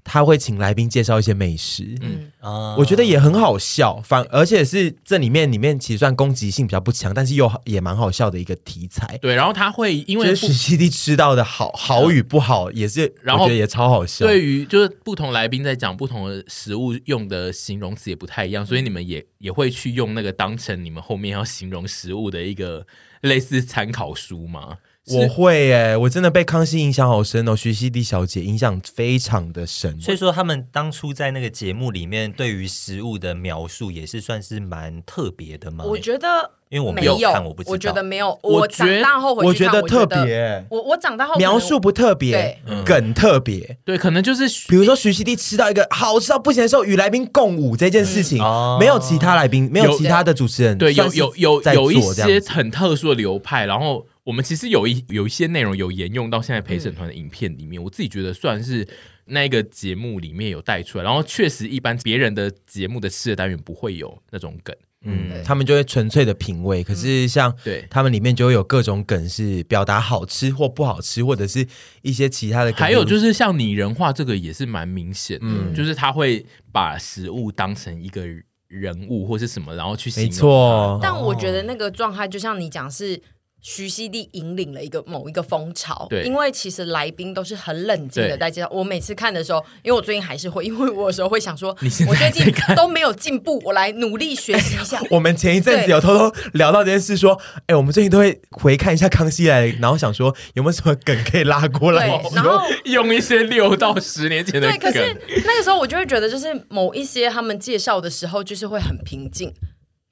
Speaker 3: 他会请来宾介绍一些美食。
Speaker 2: 嗯，
Speaker 4: 啊
Speaker 3: 我觉得也很好笑，反而且是这里面里面其实算攻击性比较不强，但是又好也蛮好笑的一个题材。
Speaker 1: 对，然后他会因
Speaker 3: 就
Speaker 1: 为
Speaker 3: 是
Speaker 1: 不
Speaker 3: 史西地吃到的好 *laughs* 好与不好，也是
Speaker 1: 然
Speaker 3: 我
Speaker 1: 后
Speaker 3: 觉得也超好笑。
Speaker 1: 对于就是不同来宾在讲不同的食物用的形容词也不太一样，所以你们也也会去用那个当成你们后面要形容食物的一个类似参考书吗？
Speaker 3: 我会耶、我真的被康熙影响好深哦，徐熙娣小姐影响非常的深。
Speaker 4: 所以说他们当初在那个节目里面对于食物的描述也是算是蛮特别的嘛。
Speaker 2: 我觉得
Speaker 4: 因为嗯我
Speaker 2: 没
Speaker 4: 没有
Speaker 2: 有，
Speaker 4: 看我不知道
Speaker 2: 觉得没有。
Speaker 1: 我
Speaker 2: 我
Speaker 1: 觉得
Speaker 2: 长大后
Speaker 3: 我
Speaker 2: 回去看，
Speaker 3: 得
Speaker 2: 我
Speaker 3: 特别，
Speaker 2: 我我长大后可能
Speaker 3: 描述不特别，梗特别。
Speaker 1: 对，可能就是
Speaker 3: 比如说徐熙娣吃到一个好吃到不行的时候，与来宾共舞这件事情，
Speaker 4: 嗯哦
Speaker 3: 没有其他来宾，没有
Speaker 1: 有
Speaker 3: 其他的主持人，
Speaker 1: 对，有
Speaker 3: 算是
Speaker 1: 有有
Speaker 3: 在
Speaker 1: 有一
Speaker 3: 做这样
Speaker 1: 些
Speaker 3: 子
Speaker 1: 很特殊的流派，然后我们其实有一有一些内容有沿用到现在陪审团的影片里面，我自己觉得算是那个节目里面有带出来，然后确实一般别人的节目的吃的单元不会有那种梗，
Speaker 3: 嗯，他们就会纯粹的品味。可是像
Speaker 1: 对
Speaker 3: 他们里面就会有各种梗，是表达好吃或不好吃，或者是一些其他的梗。
Speaker 1: 还有
Speaker 3: 是
Speaker 1: 就是像拟人化这个也是蛮明显的，
Speaker 3: 嗯
Speaker 1: 就是他会把食物当成一个人物或是什么，然后去形
Speaker 3: 没
Speaker 1: 容。
Speaker 3: 错，
Speaker 1: 哦
Speaker 2: 但我觉得那个状态就像你讲是。徐熙娣引领了一个某一个风潮，
Speaker 1: 对
Speaker 2: 因为其实来宾都是很冷静的
Speaker 1: 对
Speaker 2: 在介绍。我每次看的时候，因为我最近还是会，因为我有时候会想说，
Speaker 1: 你现在
Speaker 2: 我最近
Speaker 1: 在看
Speaker 2: 都没有进步，我来努力学习一
Speaker 1: *laughs*
Speaker 2: 下。
Speaker 3: 我们前一阵子
Speaker 2: 对
Speaker 3: 有偷偷聊到这件事，说，哎、我们最近都会回看一下《康熙来了》，然后想说有没有什么梗可以拉过来
Speaker 2: 对，然后
Speaker 1: 用一些六到十年前的
Speaker 2: 对，可
Speaker 1: 梗
Speaker 2: 是，那个时候我就会觉得，就是某一些他们介绍的时候，就是会很平静，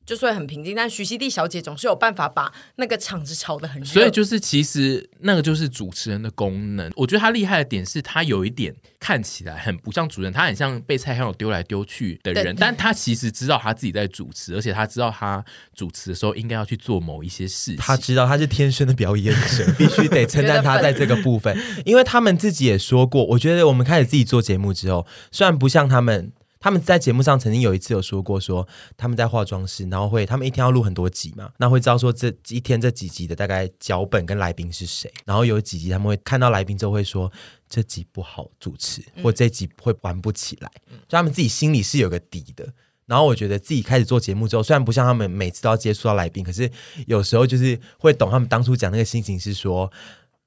Speaker 2: 就是会很平静。但徐熙娣小姐总是有办法把那个场子炒得很热，
Speaker 1: 所以就是其实那个就是主持人的功能。我觉得他厉害的点是他有一点看起来很不像主持人，他很像被蔡康永丢来丢去的
Speaker 2: 对
Speaker 1: 人，但他其实知道他自己在主持，而且他知道他主持的时候应该要去做某一些事情。
Speaker 3: 他知道他是天生的表演者，必须得称赞他在这个部分，因为他们自己也说过，我觉得我们开始自己做节目之后，虽然不像他们。他们在节目上曾经有一次有说过说他们在化妆室，然后会他们一天要录很多集嘛，那会知道说这一天这几集的大概脚本跟来宾是谁，然后有几集他们会看到来宾之后会说这集不好主持，或这集会玩不起来，就他们自己心里是有个底的。然后我觉得自己开始做节目之后，虽然不像他们每次都要接触到来宾，可是有时候就是会懂他们当初讲那个心情是说。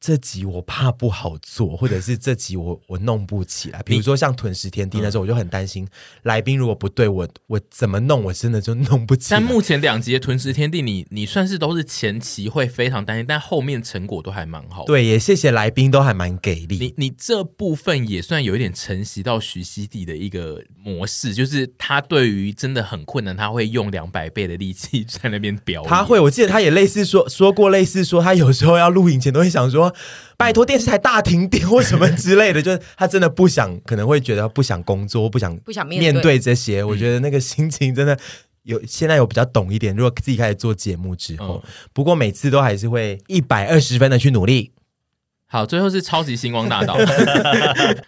Speaker 3: 这集我怕不好做，或者是这集我我弄不起来。比如说像《吞食天地》
Speaker 1: 嗯
Speaker 3: 那时候，我就很担心来宾如果不对我，我怎么弄，我真的就弄不起来。
Speaker 1: 但目前两集的《吞食天地》你，你算是都是前期会非常担心，但后面成果都还蛮好的。
Speaker 3: 对，也谢谢来宾都还蛮给力。
Speaker 1: 你你这部分也算有一点承袭到徐熙娣的一个模式，就是他对于真的很困难，他会用两百倍的力气 *laughs* 在那边表演。
Speaker 3: 他会，我记得他也类似说说过，类似说他有时候要录影前都会想说，拜托电视台大停电或什么之类 *laughs* 的，就是他真的不想，可能会觉得不想工作，不想
Speaker 2: 不想面
Speaker 3: 面对这些。我觉得那个心情真的有现在有比较懂一点。如果自己开始做节目之后，不过每次都还是会一百二十分的去努力。
Speaker 1: 好，最后是超级星光大道，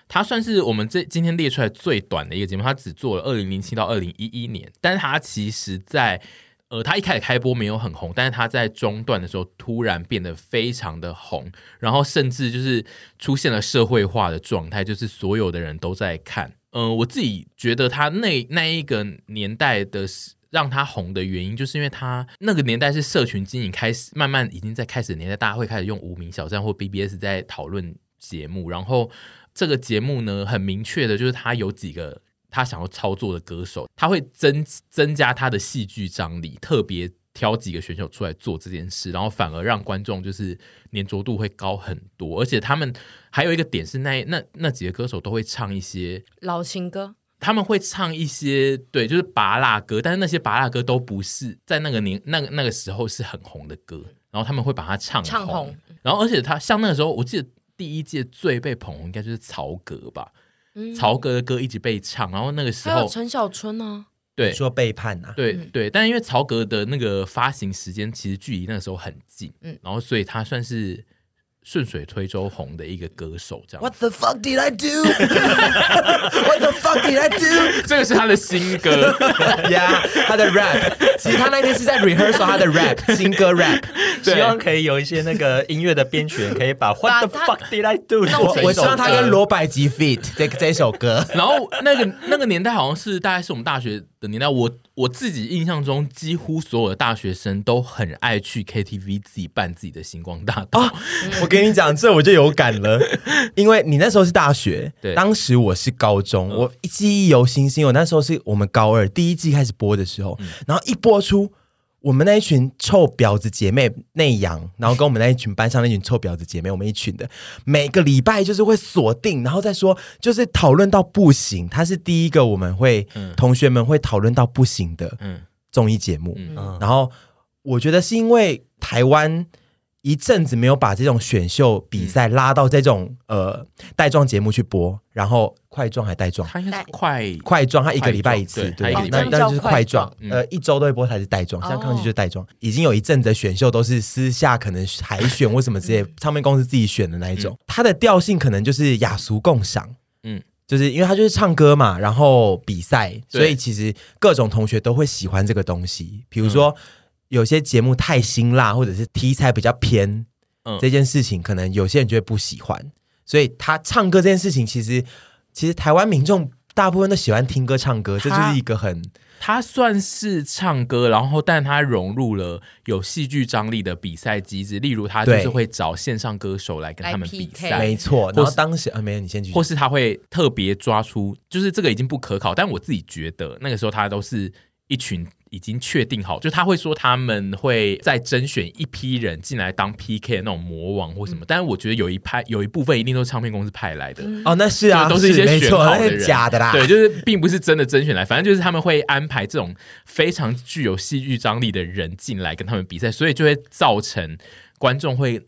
Speaker 1: 它算是我们这今天列出来最短的一个节目，它只做了二零零七到二零一一年，但是它其实在呃，它一开始开播没有很红，但是它在中段的时候突然变得非常的红，然后甚至就是出现了社会化的状态，就是所有的人都在看。嗯、我自己觉得它那那一个年代的时。让它红的原因，就是因为它那个年代是社群经营开始，慢慢已经在开始的年代，大家会开始用无名小站或 BBS 在讨论节目。然后这个节目呢，很明确的就是它有几个他想要操作的歌手，他会增增加他的戏剧张力，特别挑几个选手出来做这件事，然后反而让观众就是粘着度会高很多。而且他们还有一个点是那那那几个歌手都会唱一些
Speaker 2: 老情歌。
Speaker 1: 他们会唱一些对，就是拔辣歌，但是那些拔辣歌都不是在那个年那个那个时候是很红的歌，然后他们会把它唱
Speaker 2: 唱红
Speaker 1: 然后而且他像那个时候，我记得第一届最被捧红应该就是曹格吧，
Speaker 2: 嗯
Speaker 1: 曹格的歌一直被唱，然后那个时
Speaker 2: 还有
Speaker 1: 候
Speaker 2: 陈小春啊呢、
Speaker 1: 对
Speaker 3: 说背叛啊，
Speaker 1: 对
Speaker 2: 嗯
Speaker 1: 对，但因为曹格的那个发行时间其实距离那个时候很近，
Speaker 2: 嗯
Speaker 1: 嗯，然后所以他算是顺水推舟红的一个歌手这样。 *laughs*
Speaker 3: What the fuck did I *laughs* do? What the fuck did I *laughs* do?
Speaker 1: 这个是他的新歌，
Speaker 3: 呀、他的 rap，其实他那天是在 rehearsal 他的 rap 新歌 rap。
Speaker 1: 对
Speaker 4: 希望可以有一些那个音乐的编曲人可以把 What the
Speaker 2: *laughs* 把它
Speaker 4: fuck did I do？
Speaker 2: 弄
Speaker 4: 做
Speaker 2: 成
Speaker 4: 成
Speaker 3: 哦我
Speaker 4: 一
Speaker 3: 希
Speaker 4: 首
Speaker 3: 望他
Speaker 4: 歌
Speaker 3: 跟罗百吉 fit 这这一首歌。
Speaker 1: *laughs* 然后那个那个年代好像是大概是我们大学的年代，我我自己印象中几乎所有的大学生都很爱去 KTV 自己办自己的星光大道，
Speaker 3: 哦
Speaker 4: 嗯
Speaker 3: *laughs* 我跟你讲，这我就有感了，因为你那时候是大学，
Speaker 1: 对
Speaker 3: 当时我是高中，
Speaker 4: 嗯
Speaker 3: 我记忆犹新，是因为我那时候是我们高二第一季开始播的时候，
Speaker 4: 嗯
Speaker 3: 然后一播出。我们那一群臭婊子姐妹内扬，然后跟我们那一群班上那群臭婊子姐妹，我们一群的，每个礼拜就是会锁定，然后再说，就是讨论到不行。它是第一个我们会、
Speaker 4: 嗯
Speaker 3: 同学们会讨论到不行的，
Speaker 1: 嗯，
Speaker 3: 综艺节目，
Speaker 1: 嗯
Speaker 3: 嗯，然后我觉得是因为台湾一阵子没有把这种选秀比赛拉到这种、呃带状节目去播，然后快状还带状。
Speaker 1: 他应该是快
Speaker 3: 快状，它一个礼拜一次，
Speaker 1: 快哦
Speaker 3: 对，
Speaker 1: 状对
Speaker 3: 那
Speaker 1: 它一个礼拜一次嗯
Speaker 3: 那就是
Speaker 1: 这样
Speaker 2: 哦，
Speaker 3: 快状
Speaker 1: 叫快状
Speaker 3: 呃，一周都会播才是带状，像康熙就是带状，已经有一阵子的选秀都是私下可能海选或什么之
Speaker 1: *laughs*
Speaker 3: 类，
Speaker 1: 嗯
Speaker 3: 唱片公司自己选的那一种，它的调性可能就是雅俗共赏，嗯
Speaker 1: 嗯，
Speaker 3: 就是因为它就是唱歌嘛，然后比赛，
Speaker 1: 对
Speaker 3: 所以其实各种同学都会喜欢这个东西，比如说。有些节目太辛辣，或者是题材比较偏，
Speaker 1: 嗯
Speaker 3: 这件事情可能有些人就会不喜欢。所以他唱歌这件事情，其实其实台湾民众大部分都喜欢听歌唱歌，这就是一个很
Speaker 1: 他算是唱歌，然后但他融入了有戏剧张力的比赛机制，例如他就是
Speaker 3: 对
Speaker 1: 会找线上歌手来跟
Speaker 2: 来
Speaker 1: 他们
Speaker 2: PK
Speaker 1: 比赛，
Speaker 3: 没错。
Speaker 1: 或
Speaker 3: 然后
Speaker 1: 是
Speaker 3: 当时啊，没有，你先继续
Speaker 1: 或。是他会特别抓出，就是这个已经不可考，但我自己觉得那个时候他都是一群已经确定好，就他会说他们会再甄选一批人进来当 PK 的那种魔王或什么，但是我觉得有一派有一部分一定都是唱片公司派来的。
Speaker 3: 哦，那是啊，
Speaker 1: 就都是一些
Speaker 3: 没
Speaker 1: 选
Speaker 3: 错，
Speaker 1: 好的
Speaker 3: 那是
Speaker 1: 人
Speaker 3: 假的啦。
Speaker 1: 对，就是并不是真的甄选来，反正就是他们会安排这种非常具有戏剧张力的人进来跟他们比赛，所以就会造成观众会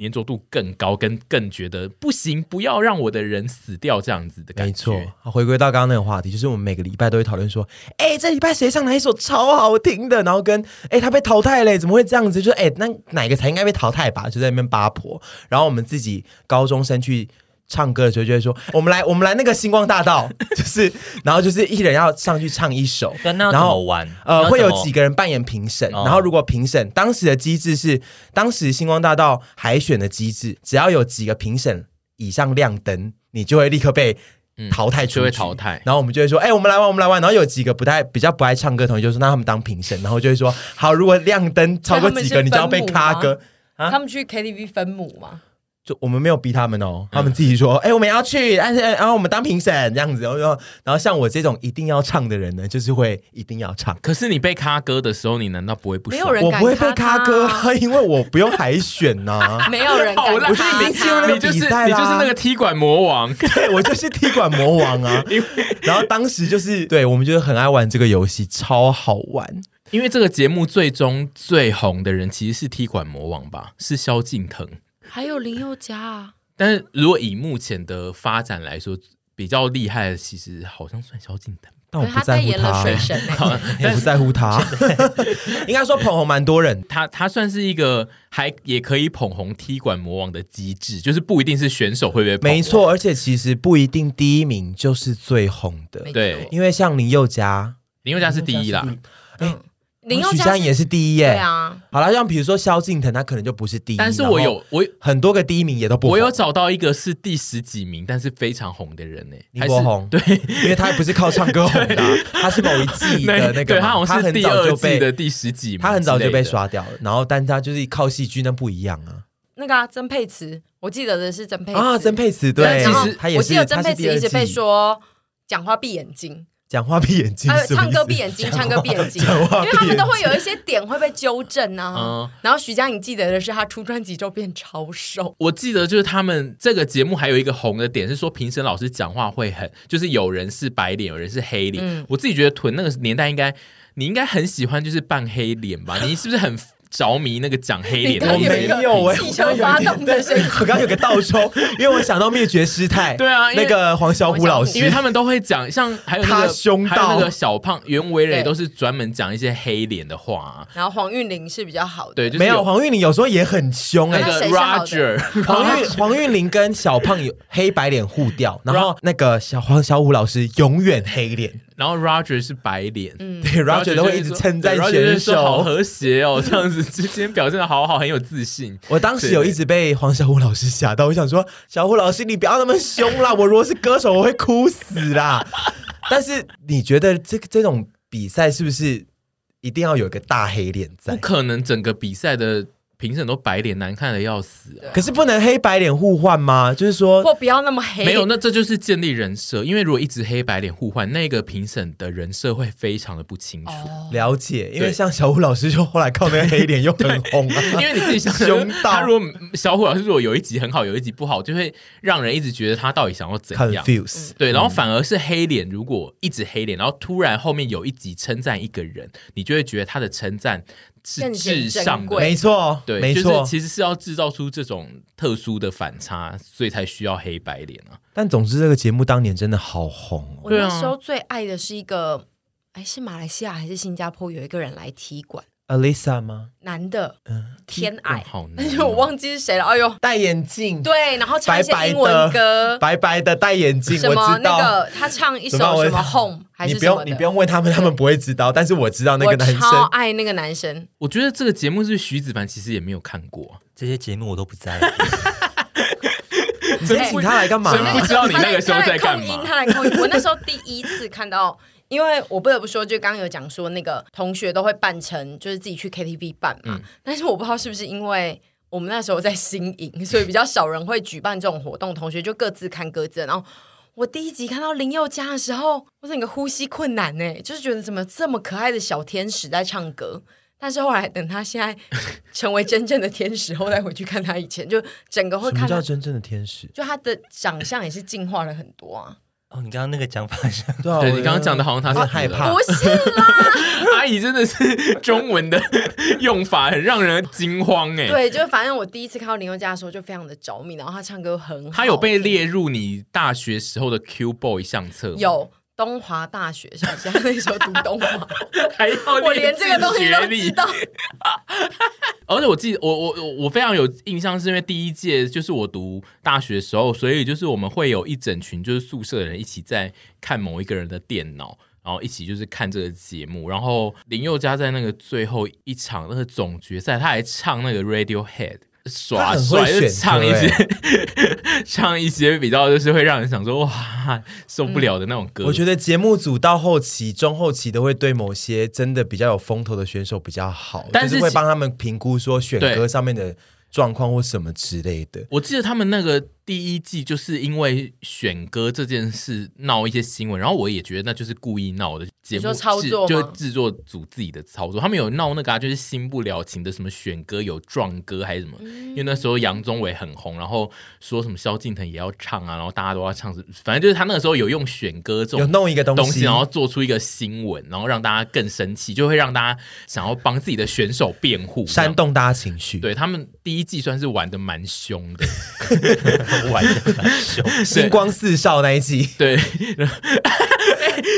Speaker 1: 粘着度更高，跟更觉得不行，不要让我的人死掉这样子的感
Speaker 3: 没
Speaker 1: 觉。
Speaker 3: 错，好回归到刚刚那个话题，就是我们每个礼拜都会讨论说，哎、这礼拜谁唱哪一首超好听的，然后跟哎、他被淘汰嘞，怎么会这样子？就是哎、那哪个才应该被淘汰吧？就在那边八婆。然后我们自己高中生去唱歌的时候，就会说，我们来，我们来那个星光大道，就是，然后就是一人要上去唱一首，
Speaker 4: 对那要
Speaker 3: 然
Speaker 4: 怎
Speaker 3: 后
Speaker 4: 么玩？
Speaker 3: 呃，会有几
Speaker 4: 个
Speaker 3: 个人扮演评审，
Speaker 4: 哦
Speaker 3: 然后如果评审当时的机制是，当时星光大道海选的机制，只要有几个评审以上亮灯，你就会立刻被淘汰出去，
Speaker 1: 就会淘汰
Speaker 3: 然后我们就会说，哎、我们来玩，我们来玩。然后有几个不太比较不爱唱歌的同学就说，那他们当评审，然后就会说，好，如果亮灯超过
Speaker 2: 所以
Speaker 3: 几
Speaker 2: 他们
Speaker 3: 个，
Speaker 2: 是
Speaker 3: 你就要被咔
Speaker 2: 分
Speaker 3: 歌。啊
Speaker 2: 他们去 KTV 分母嘛，
Speaker 3: 就我们没有逼他们哦，他们自己说，哎、我们要去，但是然后我们当评审这样子，然后然后像我这种一定要唱的人呢，就是会一定要唱。
Speaker 1: 可是你被咖歌的时候，你难道不会不爽？
Speaker 2: 没有人
Speaker 3: 我
Speaker 2: 敢
Speaker 3: 不会被
Speaker 2: 咔
Speaker 3: 咖
Speaker 2: 他
Speaker 3: 歌啊， *laughs* 因为我不用海选啊
Speaker 2: *laughs*
Speaker 3: 呐、*laughs*
Speaker 2: 没有人敢
Speaker 1: 好烂我就
Speaker 2: 打
Speaker 1: 是
Speaker 3: 已经进入
Speaker 1: *laughs*
Speaker 2: 他
Speaker 3: 那个。
Speaker 1: 你就是你
Speaker 3: 比
Speaker 1: 就是
Speaker 3: 赛啦
Speaker 1: 那个踢馆魔王， *laughs*
Speaker 3: 对我就是踢馆魔王啊。然后当时就是，对我们就是很爱玩这个游戏，超好玩。
Speaker 1: 因为这个节目最终最红的人其实是踢馆魔王吧，是萧敬腾。
Speaker 2: 还有林宥嘉啊，
Speaker 1: 但是如果以目前的发展来说，比较厉害的其实好像算萧敬腾。
Speaker 3: 但我
Speaker 2: 可是
Speaker 3: 不
Speaker 2: 他
Speaker 3: 在
Speaker 2: 代
Speaker 3: 乎
Speaker 2: 言了
Speaker 3: 他，哎
Speaker 2: 水神欸
Speaker 3: 我不在
Speaker 2: *laughs*
Speaker 3: 乎他。 *laughs* 应该说捧红蛮多人，
Speaker 1: 他他算是一个还也可以捧红踢馆魔王的机制，就是不一定是选手会不会捧红
Speaker 3: 没，错。而且其实不一定第一名就是最红的
Speaker 2: 没，
Speaker 1: 对
Speaker 2: 错嗯
Speaker 3: 因为像林宥嘉、
Speaker 1: 林宥嘉是第一啦。
Speaker 2: 林宥
Speaker 3: 许
Speaker 2: 嘉
Speaker 3: 佳
Speaker 2: 是
Speaker 3: 也是第一
Speaker 2: 对
Speaker 3: 耶。
Speaker 2: 啊，
Speaker 3: 好啦，像比如说萧敬腾，他可能就不是第一，
Speaker 1: 但是我
Speaker 3: 然后
Speaker 1: 有我
Speaker 3: 很多个第一名也都不红，
Speaker 1: 我有找到一个是第十几名，但是非常红的人呢、欸
Speaker 3: 林
Speaker 1: 还是
Speaker 3: 柏宏，对，因为他也不是靠唱歌红的啊、他是某一季的那个
Speaker 1: 对
Speaker 3: 嘛，
Speaker 1: 他好像是
Speaker 3: 很
Speaker 1: 第
Speaker 3: 早
Speaker 1: 二
Speaker 3: 就
Speaker 1: 季
Speaker 3: 被
Speaker 1: 的第十几名，
Speaker 3: 他很早就被。刷掉了，然后但他就是靠戏剧那不一样啊
Speaker 2: 那个啊曾沛慈，我记得的是曾沛慈
Speaker 3: 啊，曾沛慈
Speaker 1: 对
Speaker 3: 对，
Speaker 2: 然后
Speaker 1: 其实
Speaker 3: 他也
Speaker 2: 我
Speaker 3: 是
Speaker 2: 记得曾
Speaker 3: 他
Speaker 2: 沛
Speaker 3: 是第
Speaker 2: 慈
Speaker 3: 二
Speaker 2: 一直被
Speaker 3: 季
Speaker 2: 说讲话闭眼
Speaker 3: *laughs*
Speaker 2: 睛，
Speaker 3: 讲话闭眼睛
Speaker 2: 呃，，
Speaker 3: 什么
Speaker 2: 唱歌闭
Speaker 3: 意思
Speaker 2: 眼睛，唱歌闭
Speaker 3: *laughs*
Speaker 2: 眼睛，
Speaker 3: 讲话
Speaker 2: 因为他
Speaker 3: 闭
Speaker 2: 们
Speaker 3: 眼
Speaker 2: 都会有一些点会被纠正啊
Speaker 1: 嗯。
Speaker 2: 然后徐佳莹记得的是，她出专辑之后变超瘦，
Speaker 1: 我记得就是他们这个节目还有一个红的点是说评审老师讲话会很，就是有人是白脸，有人是黑脸。
Speaker 2: 嗯
Speaker 1: 我自己觉得屯那个年代应该你应该很喜欢就是扮黑脸
Speaker 2: *laughs*
Speaker 1: 吧？你是不是很着迷那个讲黑脸的那
Speaker 2: 你
Speaker 3: 我
Speaker 2: 刚
Speaker 1: 些人？
Speaker 2: 有欸一个
Speaker 3: 没有哎，
Speaker 2: 汽车发动的声音
Speaker 3: 对我刚刚有个倒抽，因为我想到灭绝师太，
Speaker 1: 对啊因为
Speaker 3: 那个黄小虎老师，
Speaker 1: 因为他们都会讲，像还有那个
Speaker 3: 他凶
Speaker 1: 还有那
Speaker 3: 到
Speaker 1: 个小胖袁惟
Speaker 2: 对
Speaker 1: 仁都是专门讲一些黑脸的话、啊，
Speaker 2: 然后黄韵玲是比较好的，
Speaker 1: 对，就是
Speaker 3: 没有黄韵玲有时候也很凶
Speaker 1: 那
Speaker 3: 哎，
Speaker 1: 个
Speaker 2: 那谁是好的 *laughs*
Speaker 1: Roger *laughs*
Speaker 3: 黄韵黄韵玲跟小胖有黑白脸互调，然后那个小黄小虎老师永远黑脸，
Speaker 1: 然后 Roger 是白脸，嗯，
Speaker 3: 对，Roger 都会一直称赞
Speaker 1: 对，Roger 就
Speaker 3: 选
Speaker 1: 是说好
Speaker 3: 手。
Speaker 1: 和谐哦，这样子今天表现的好好，很有自信。
Speaker 3: 我当时有一直被黄小虎老师吓到，我想说，小虎老师你不要那么凶啦，我如果是歌手我会哭死啦。但是你觉得这个这种比赛是不是一定要有一个大黑脸
Speaker 1: 不
Speaker 3: 在？
Speaker 1: 可能整个比赛的评审都白脸，难看的要死啊！
Speaker 3: 可是不能黑白脸互换吗？就是说，
Speaker 2: 或不要那么黑。
Speaker 1: 没有，那这就是建立人设，因为如果一直黑白脸互换，那个评审的人设会非常的不清楚。
Speaker 2: 哦
Speaker 3: 了解，因为
Speaker 1: 对
Speaker 3: 像小虎老师就后来靠那个黑脸又很红、啊，
Speaker 1: 因为你自己想，
Speaker 3: 凶到
Speaker 1: 他如果小虎老师如果有一集很好，有一集不好，就会让人一直觉得他到底想要怎样。嗯
Speaker 3: confuse。
Speaker 1: 对，然后反而是黑脸，如果一直黑脸，然后突然后面有一集称赞一个人，你就会觉得他的称赞是
Speaker 2: 更显
Speaker 1: 至上
Speaker 2: 珍
Speaker 1: 的
Speaker 2: 贵。
Speaker 3: 没错，
Speaker 1: 对，
Speaker 3: 没
Speaker 1: 就
Speaker 3: 错
Speaker 1: 是。其实是要制造出这种特殊的反差，所以才需要黑白脸啊。
Speaker 3: 但总之，这个节目当年真的好红哦。
Speaker 2: 我
Speaker 1: 对啊
Speaker 2: 那时候最爱的是一个，哎，是马来西亚还是新加坡有一个人来踢馆，
Speaker 3: Alisa 吗？
Speaker 2: 男的，
Speaker 3: 嗯
Speaker 2: 天
Speaker 1: 哇
Speaker 2: 矮，
Speaker 1: 好难
Speaker 2: 但
Speaker 1: 哦、
Speaker 2: 是我忘记是谁哎了。哎呦，
Speaker 3: 戴眼镜，
Speaker 2: 对，然后唱一些
Speaker 3: 白白的
Speaker 2: 英文 *laughs* 歌，
Speaker 3: 白白的戴眼镜，
Speaker 2: 什
Speaker 3: 我
Speaker 2: 么
Speaker 3: 知
Speaker 2: 那
Speaker 3: 道。
Speaker 2: 个他唱一首
Speaker 3: 怎么办我
Speaker 2: 什么 Home 还
Speaker 3: 你
Speaker 2: 是
Speaker 3: 不
Speaker 2: 什么的，
Speaker 3: 用，你不用问他们，他们不会知道。但是我知道那个男
Speaker 2: 我超 *laughs*
Speaker 3: 生，
Speaker 2: 爱那个男生，
Speaker 1: 我觉得这个节目是徐子凡其实也没有看过啊、
Speaker 4: 这些节目我都不在，
Speaker 3: 你今天请他来干嘛
Speaker 1: 真不
Speaker 3: 啊？
Speaker 1: 知道你那个时候在
Speaker 2: 在
Speaker 1: 干嘛
Speaker 2: 控音，他来控音。我那时候第一次看到，因为我不得不说，就刚刚有讲说那个同学都会扮成，就是自己去 KTV 办
Speaker 1: 嗯
Speaker 2: 嘛。但是我不知道是不是因为我们那时候在新营，所以比较少人会举办这种活动，同学就各自看各自的。然后我第一集看到林宥嘉的时候，我整个呼吸困难呢、就是觉得怎么这么可爱的小天使在唱歌。但是后来等他现在 *laughs* 成为真正的天使后，再回去看他以前，就整个会
Speaker 3: 什么
Speaker 2: 看到
Speaker 3: 叫真正的天使？
Speaker 2: 就他的长相也是进化了很多啊，
Speaker 4: 哦，你刚刚那个讲法像
Speaker 3: 对啊，
Speaker 1: 对
Speaker 3: 我
Speaker 1: 你刚刚讲的好像他是
Speaker 3: 有点害怕
Speaker 2: 不，是啦，
Speaker 1: 阿姨真的是中文的用法很让人惊慌哎。
Speaker 2: 对，就反正我第一次看到林宥嘉的时候就非常的着迷，然后他唱歌很好，
Speaker 1: 他有被列入你大学时候的 Q Boy 相册吗，
Speaker 2: 有东华大学，想起来那时候读东华，
Speaker 1: 还要
Speaker 2: 我连这个东西都
Speaker 1: 列自
Speaker 2: 知
Speaker 1: 学历
Speaker 2: 道，
Speaker 1: 而且我记得，我我我我非常有印象，是因为第一届就是我读大学的时候，所以就是我们会有一整群就是宿舍的人一起在看某一个人的电脑，然后一起就是看这个节目。然后林宥嘉在那个最后一场那个总决赛，他还唱那个 Radiohead。耍
Speaker 3: 他很
Speaker 1: 帅
Speaker 3: 会
Speaker 1: 就
Speaker 3: 选
Speaker 1: 唱一
Speaker 3: 歌欸
Speaker 1: 些， *laughs* 唱一些比较就是会让人想说哇受不了的那种歌。
Speaker 3: 我觉得节目组到后期、中后期都会对某些真的比较有风头的选手比较好，
Speaker 1: 但是
Speaker 3: 就是
Speaker 1: 其
Speaker 3: 会帮他们评估说选
Speaker 1: 对
Speaker 3: 歌上面的状况或什么之类的。
Speaker 1: 我记得他们那个第一季就是因为选歌这件事闹一些新闻，然后我也觉得那就是故意闹的节目
Speaker 2: 你说操
Speaker 1: 制
Speaker 2: 作吗
Speaker 1: 就是制作组自己的操作。他们有闹那个、啊、就是新不了情的什么选歌有撞歌还是什么，
Speaker 3: 嗯
Speaker 1: 因为那时候杨宗纬很红，然后说什么萧敬腾也要唱啊，然后大家都要唱，反正就是他那个时候有用选歌这
Speaker 3: 有
Speaker 1: 种
Speaker 3: 弄一个东
Speaker 1: 东
Speaker 3: 西，
Speaker 1: 西，然后做出一个新闻，然后让大家更生气，就会让大家想要帮自己的选手辩护，这样
Speaker 3: 煽动大家情绪。，
Speaker 1: 对他们第一季算是玩的蛮凶的。
Speaker 4: 玩的蛮凶，
Speaker 3: 星光四少那一季。
Speaker 1: 对，然后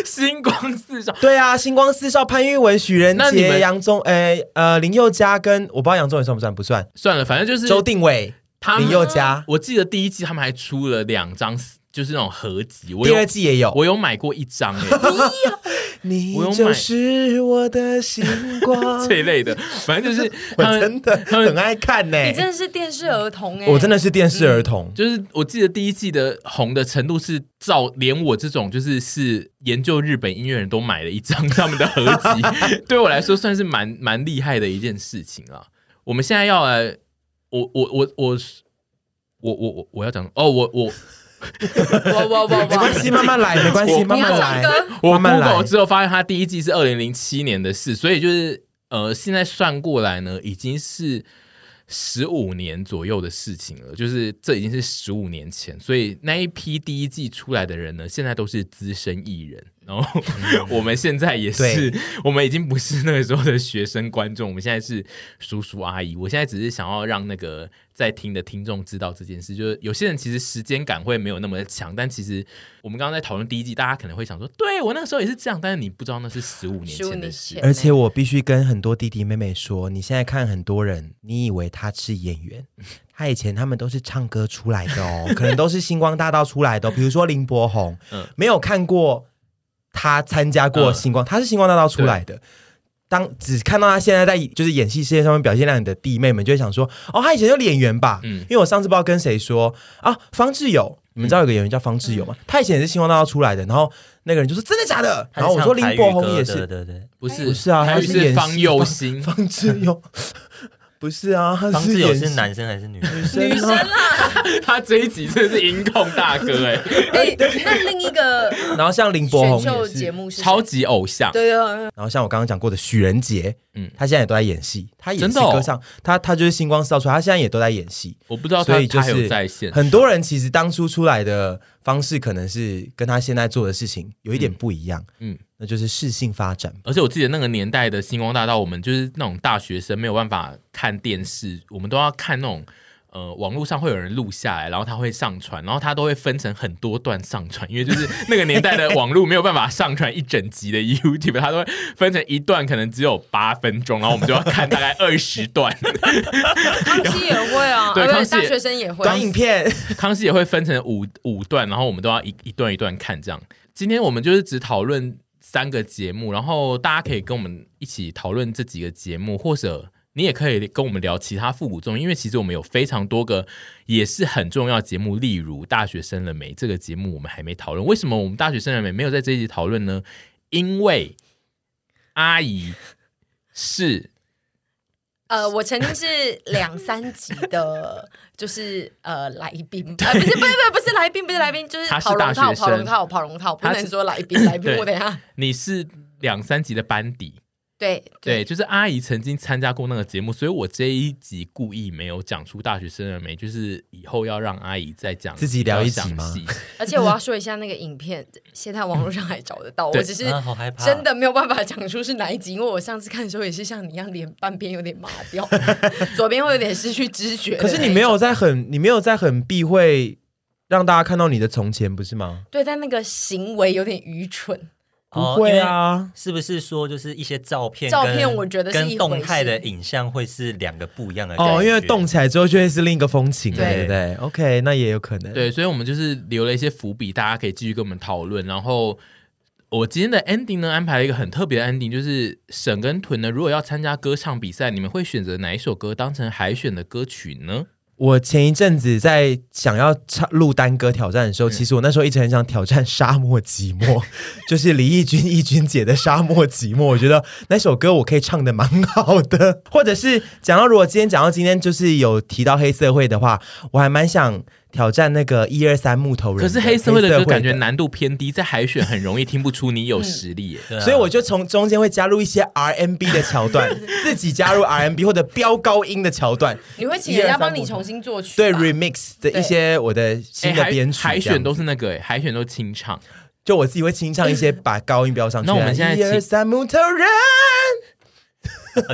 Speaker 1: 星光四照，
Speaker 3: 对啊，星光四少潘玉文、许仁
Speaker 1: 那你们
Speaker 3: 杰、杨宗，诶、呃，林宥嘉跟我不知道杨宗纬算不算，不算。
Speaker 1: 算了，反正就是啊
Speaker 3: 周定伟、
Speaker 1: 他
Speaker 3: 林
Speaker 1: 们。
Speaker 3: 宥嘉，
Speaker 1: 我记得第一季他们还出了两张，就是那种合集，我
Speaker 3: 第二
Speaker 1: 有
Speaker 3: 季也有。
Speaker 1: 我有买过一张
Speaker 3: *laughs*
Speaker 1: 哎、
Speaker 3: 你
Speaker 1: 我有买
Speaker 3: 就是我的星
Speaker 1: *laughs*
Speaker 3: 光，
Speaker 1: 这一类的，反正就是
Speaker 3: *laughs* 我
Speaker 1: 他们
Speaker 3: 真的
Speaker 1: 他们
Speaker 3: 很爱看呢、
Speaker 2: 你真的是电视儿童哎，
Speaker 3: 哎我真的是电视儿童。
Speaker 1: 就是我记得第一季的红的程度是照连我这种就是是研究日本音乐人都买了一张他们的合
Speaker 3: *laughs*
Speaker 1: 集，对我来说算是蛮蛮厉害的一件事情啊。我们现在要来，我我我我我我我我要讲哦，我我
Speaker 2: 我我我
Speaker 3: 没关系，
Speaker 2: 我，
Speaker 3: 慢慢来，没关系，慢
Speaker 2: 你要
Speaker 3: 慢
Speaker 2: 唱
Speaker 3: 来。
Speaker 2: 歌，
Speaker 3: *laughs*
Speaker 1: 我
Speaker 3: 慢慢来
Speaker 1: Google 之后发现，它第一季是二零零七年的事，所以就是呃，现在算过来呢，已经是十五年左右的事情了，就是这已经是十五年前，所以那一批第一季出来的人呢，现在都是资深艺人。然后 *laughs* 我们现在也是，我们已经不是那个时候的学生观众，我们现在是叔叔阿姨。我现在只是想要让那个在听的听众知道这件事，就是有些人其实时间感会没有那么强，但其实我们刚刚在讨论第一季，大家可能会想说，对我那个时候也是这样，但是你不知道那是十五年
Speaker 2: 15
Speaker 1: 前的
Speaker 2: 年
Speaker 1: 事
Speaker 2: 前。
Speaker 3: 而且我必须跟很多弟弟妹妹说，你现在看很多人，你以为他是演员，他以前他们都是唱歌出来的
Speaker 1: *laughs*
Speaker 3: 哦，可能都是星光大道出来的哦、比如说林柏宏，
Speaker 1: 嗯
Speaker 3: 没有看过他参加过星光，他是星光大道出来的。当只看到他现在在就是演戏事业上面表现亮眼的弟妹们，就会想说，哦，他以前就是演员吧？
Speaker 1: 嗯
Speaker 3: 因为我上次不知道跟谁说啊，方志友，你们知道有个演员叫方志友
Speaker 1: 嗯
Speaker 3: 吗？他以前也是星光大道出来的，然后那个人就说真的假的？ *laughs* 然后我说林柏宏也是
Speaker 4: 对，对对，
Speaker 1: 不是
Speaker 3: 不是啊
Speaker 1: 还
Speaker 3: 他
Speaker 1: 有
Speaker 3: 是演戏
Speaker 1: 方佑兴，
Speaker 3: 方志友不是啊，他
Speaker 4: 方志友
Speaker 3: 演
Speaker 4: 是男生还是女生？
Speaker 3: 生
Speaker 2: 女生
Speaker 3: 啊。
Speaker 2: 啦，
Speaker 1: 他这一集真的是音控大哥哎、
Speaker 2: *laughs* 哎，那另一个
Speaker 3: 然后像林柏
Speaker 2: 选秀
Speaker 3: 宏也
Speaker 2: 节
Speaker 3: 是，
Speaker 2: 目是谁
Speaker 1: 超级偶像。
Speaker 2: 对对
Speaker 3: 然后像我刚刚讲过的许仁杰，
Speaker 1: 嗯
Speaker 3: 嗯，他现在也都在演戏，他也
Speaker 1: 真
Speaker 3: 是
Speaker 1: 的哦
Speaker 3: 歌唱，他他就是星光四照出来，他现在也都在演戏。
Speaker 1: 我不知道他
Speaker 3: 所以就
Speaker 1: 他还有
Speaker 3: 是
Speaker 1: 在线，
Speaker 3: 很多人其实当初出来的方式，可能是跟他现在做的事情有一点不一样，
Speaker 1: 嗯
Speaker 3: 嗯，
Speaker 1: 嗯
Speaker 3: 那就是适性发展。
Speaker 1: 而且我记得那个年代的星光大道，我们就是那种大学生没有办法看电视，我们都要看那种呃网络上会有人录下来，然后他会上传，然后他都会分成很多段上传，因为就是那个年代的网络没有办法上传一整集的 YouTube，他都会分成一段，可能只有八分钟，然后我们就要看大概二十段。
Speaker 2: 对，康熙也会啊，
Speaker 1: 对
Speaker 2: 啊不
Speaker 1: 康
Speaker 2: 是
Speaker 1: 熙
Speaker 2: 大
Speaker 1: 也
Speaker 2: 学生也会，
Speaker 3: 短影片，
Speaker 1: 康熙也会分成五五段，然后我们都要一一段一段看这样。今天我们就是只讨论三个节目，然后大家可以跟我们一起讨论这几个节目，或者你也可以跟我们聊其他复古综艺，因为其实我们有非常多个也是很重要的节目，例如《大学生了没》这个节目，我们还没讨论。为什么我们《大学生了没》没有在这一集讨论呢？因为阿姨是
Speaker 2: 呃，我曾经是两三集的， *laughs* 就是呃来宾，呃不是不是不是不是来宾，不是来宾，就是
Speaker 1: 他是
Speaker 2: 跑龙
Speaker 1: 大
Speaker 2: 套
Speaker 1: 学
Speaker 2: 跑龙
Speaker 1: 生
Speaker 2: 套跑龙套，不
Speaker 1: 他
Speaker 2: 能
Speaker 1: 是
Speaker 2: 说来
Speaker 1: *laughs*
Speaker 2: 宾来宾，
Speaker 1: 对
Speaker 2: 我等一下
Speaker 1: 你是两三集的班底，
Speaker 2: 对
Speaker 1: 对，就是阿姨曾经参加过那个节目，所以我这一集故意没有讲出《大学生了没》，就是以后要让阿姨再讲
Speaker 3: 自己聊一
Speaker 1: 比较
Speaker 3: 集吗
Speaker 1: 详细
Speaker 2: 而且我要说一下，那个影片现在网络上还找得到，
Speaker 1: *laughs*
Speaker 2: 我
Speaker 1: 对
Speaker 2: 只是
Speaker 4: 啊，好害怕，
Speaker 2: 真的没有办法讲出是哪一集，因为我上次看的时候也是像你一样，脸半边有点麻掉， *laughs* 左边会有点失去知觉。
Speaker 3: 可是你没有，在很，你没有在很避讳让大家看到你的从前，不是吗？
Speaker 2: 对，但那个行为有点愚蠢。
Speaker 4: 哦
Speaker 3: 不会。啊，
Speaker 4: 是不是说就是一些照片跟？
Speaker 2: 照片我觉得是一回
Speaker 4: 跟
Speaker 2: 事
Speaker 4: 动态的影像会是两个不一样的感觉
Speaker 3: 哦，因为动起来之后就会是另一个风情了，对
Speaker 2: 对
Speaker 3: 不对？OK，那也有可能。
Speaker 1: 对，所以我们就是留了一些伏笔，大家可以继续跟我们讨论。然后我今天的 ending 呢，安排了一个很特别的 ending，就是沈跟屯呢，如果要参加歌唱比赛，你们会选择哪一首歌当成海选的歌曲呢？
Speaker 3: 我前一阵子在想要唱录单歌挑战的
Speaker 1: 嗯
Speaker 3: 时候，其实我那时候一直很想挑战《沙漠寂寞》， *laughs* 就是李翊君、翊君姐的《沙漠寂寞》，我觉得那首歌我可以唱的蛮好的。 *laughs* 或者是讲到如果今天讲到今天就是有提到黑社会的话，我还蛮想挑战那个一二三木头人的。
Speaker 1: 可是黑社会的歌
Speaker 3: 黑
Speaker 1: 感觉难度偏低，在海选很容易听不出你有实力耶。
Speaker 4: 对啊
Speaker 3: 所以我就从中间会加入一些 R N B 的
Speaker 1: *laughs*
Speaker 3: 桥段，自己加入 R N B 或者飙高音的桥段，
Speaker 2: 你会请人家帮你重新作曲
Speaker 3: 对
Speaker 2: 吧
Speaker 3: remix 的一些我的
Speaker 1: 啊哎
Speaker 3: 新的
Speaker 1: 海
Speaker 3: 编曲、
Speaker 1: 海选
Speaker 3: 都。
Speaker 1: 都是那个耶海选都清唱，
Speaker 3: 就我自己会清唱一些，把高音标上去啊。
Speaker 1: 那我们现在
Speaker 3: 一
Speaker 1: 请
Speaker 3: 二三木头
Speaker 1: *laughs*
Speaker 3: 人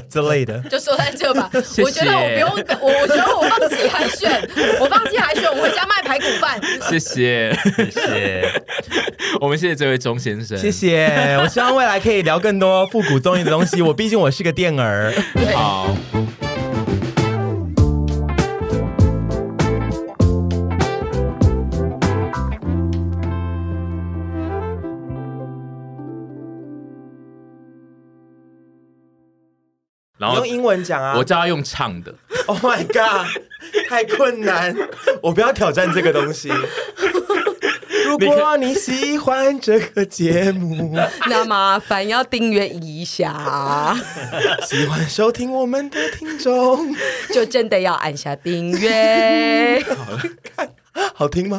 Speaker 3: 之类的，
Speaker 2: 就说在这吧。
Speaker 1: *laughs* 谢
Speaker 2: 我觉得我不用，我我觉得我放弃海选，我放弃海选，我回家卖排骨饭。
Speaker 1: 谢
Speaker 3: *laughs*
Speaker 1: 谢，
Speaker 4: 是
Speaker 1: *laughs* 我们谢谢这位钟先生，
Speaker 3: *laughs* 谢。谢。我希望未来可以聊更多复古综艺的东西。我毕竟我是个电儿。
Speaker 2: 对
Speaker 1: 好，然
Speaker 3: 你
Speaker 1: 后
Speaker 3: 用英文讲啊！
Speaker 1: 我叫他用唱的，
Speaker 3: Oh my god，太困难，我不要挑战这个东西。如果你喜欢这个节目，
Speaker 2: 那麻烦要订阅一下，
Speaker 3: 喜欢收听我们的听众，
Speaker 2: 就真的要按下订阅。
Speaker 3: 好听吗？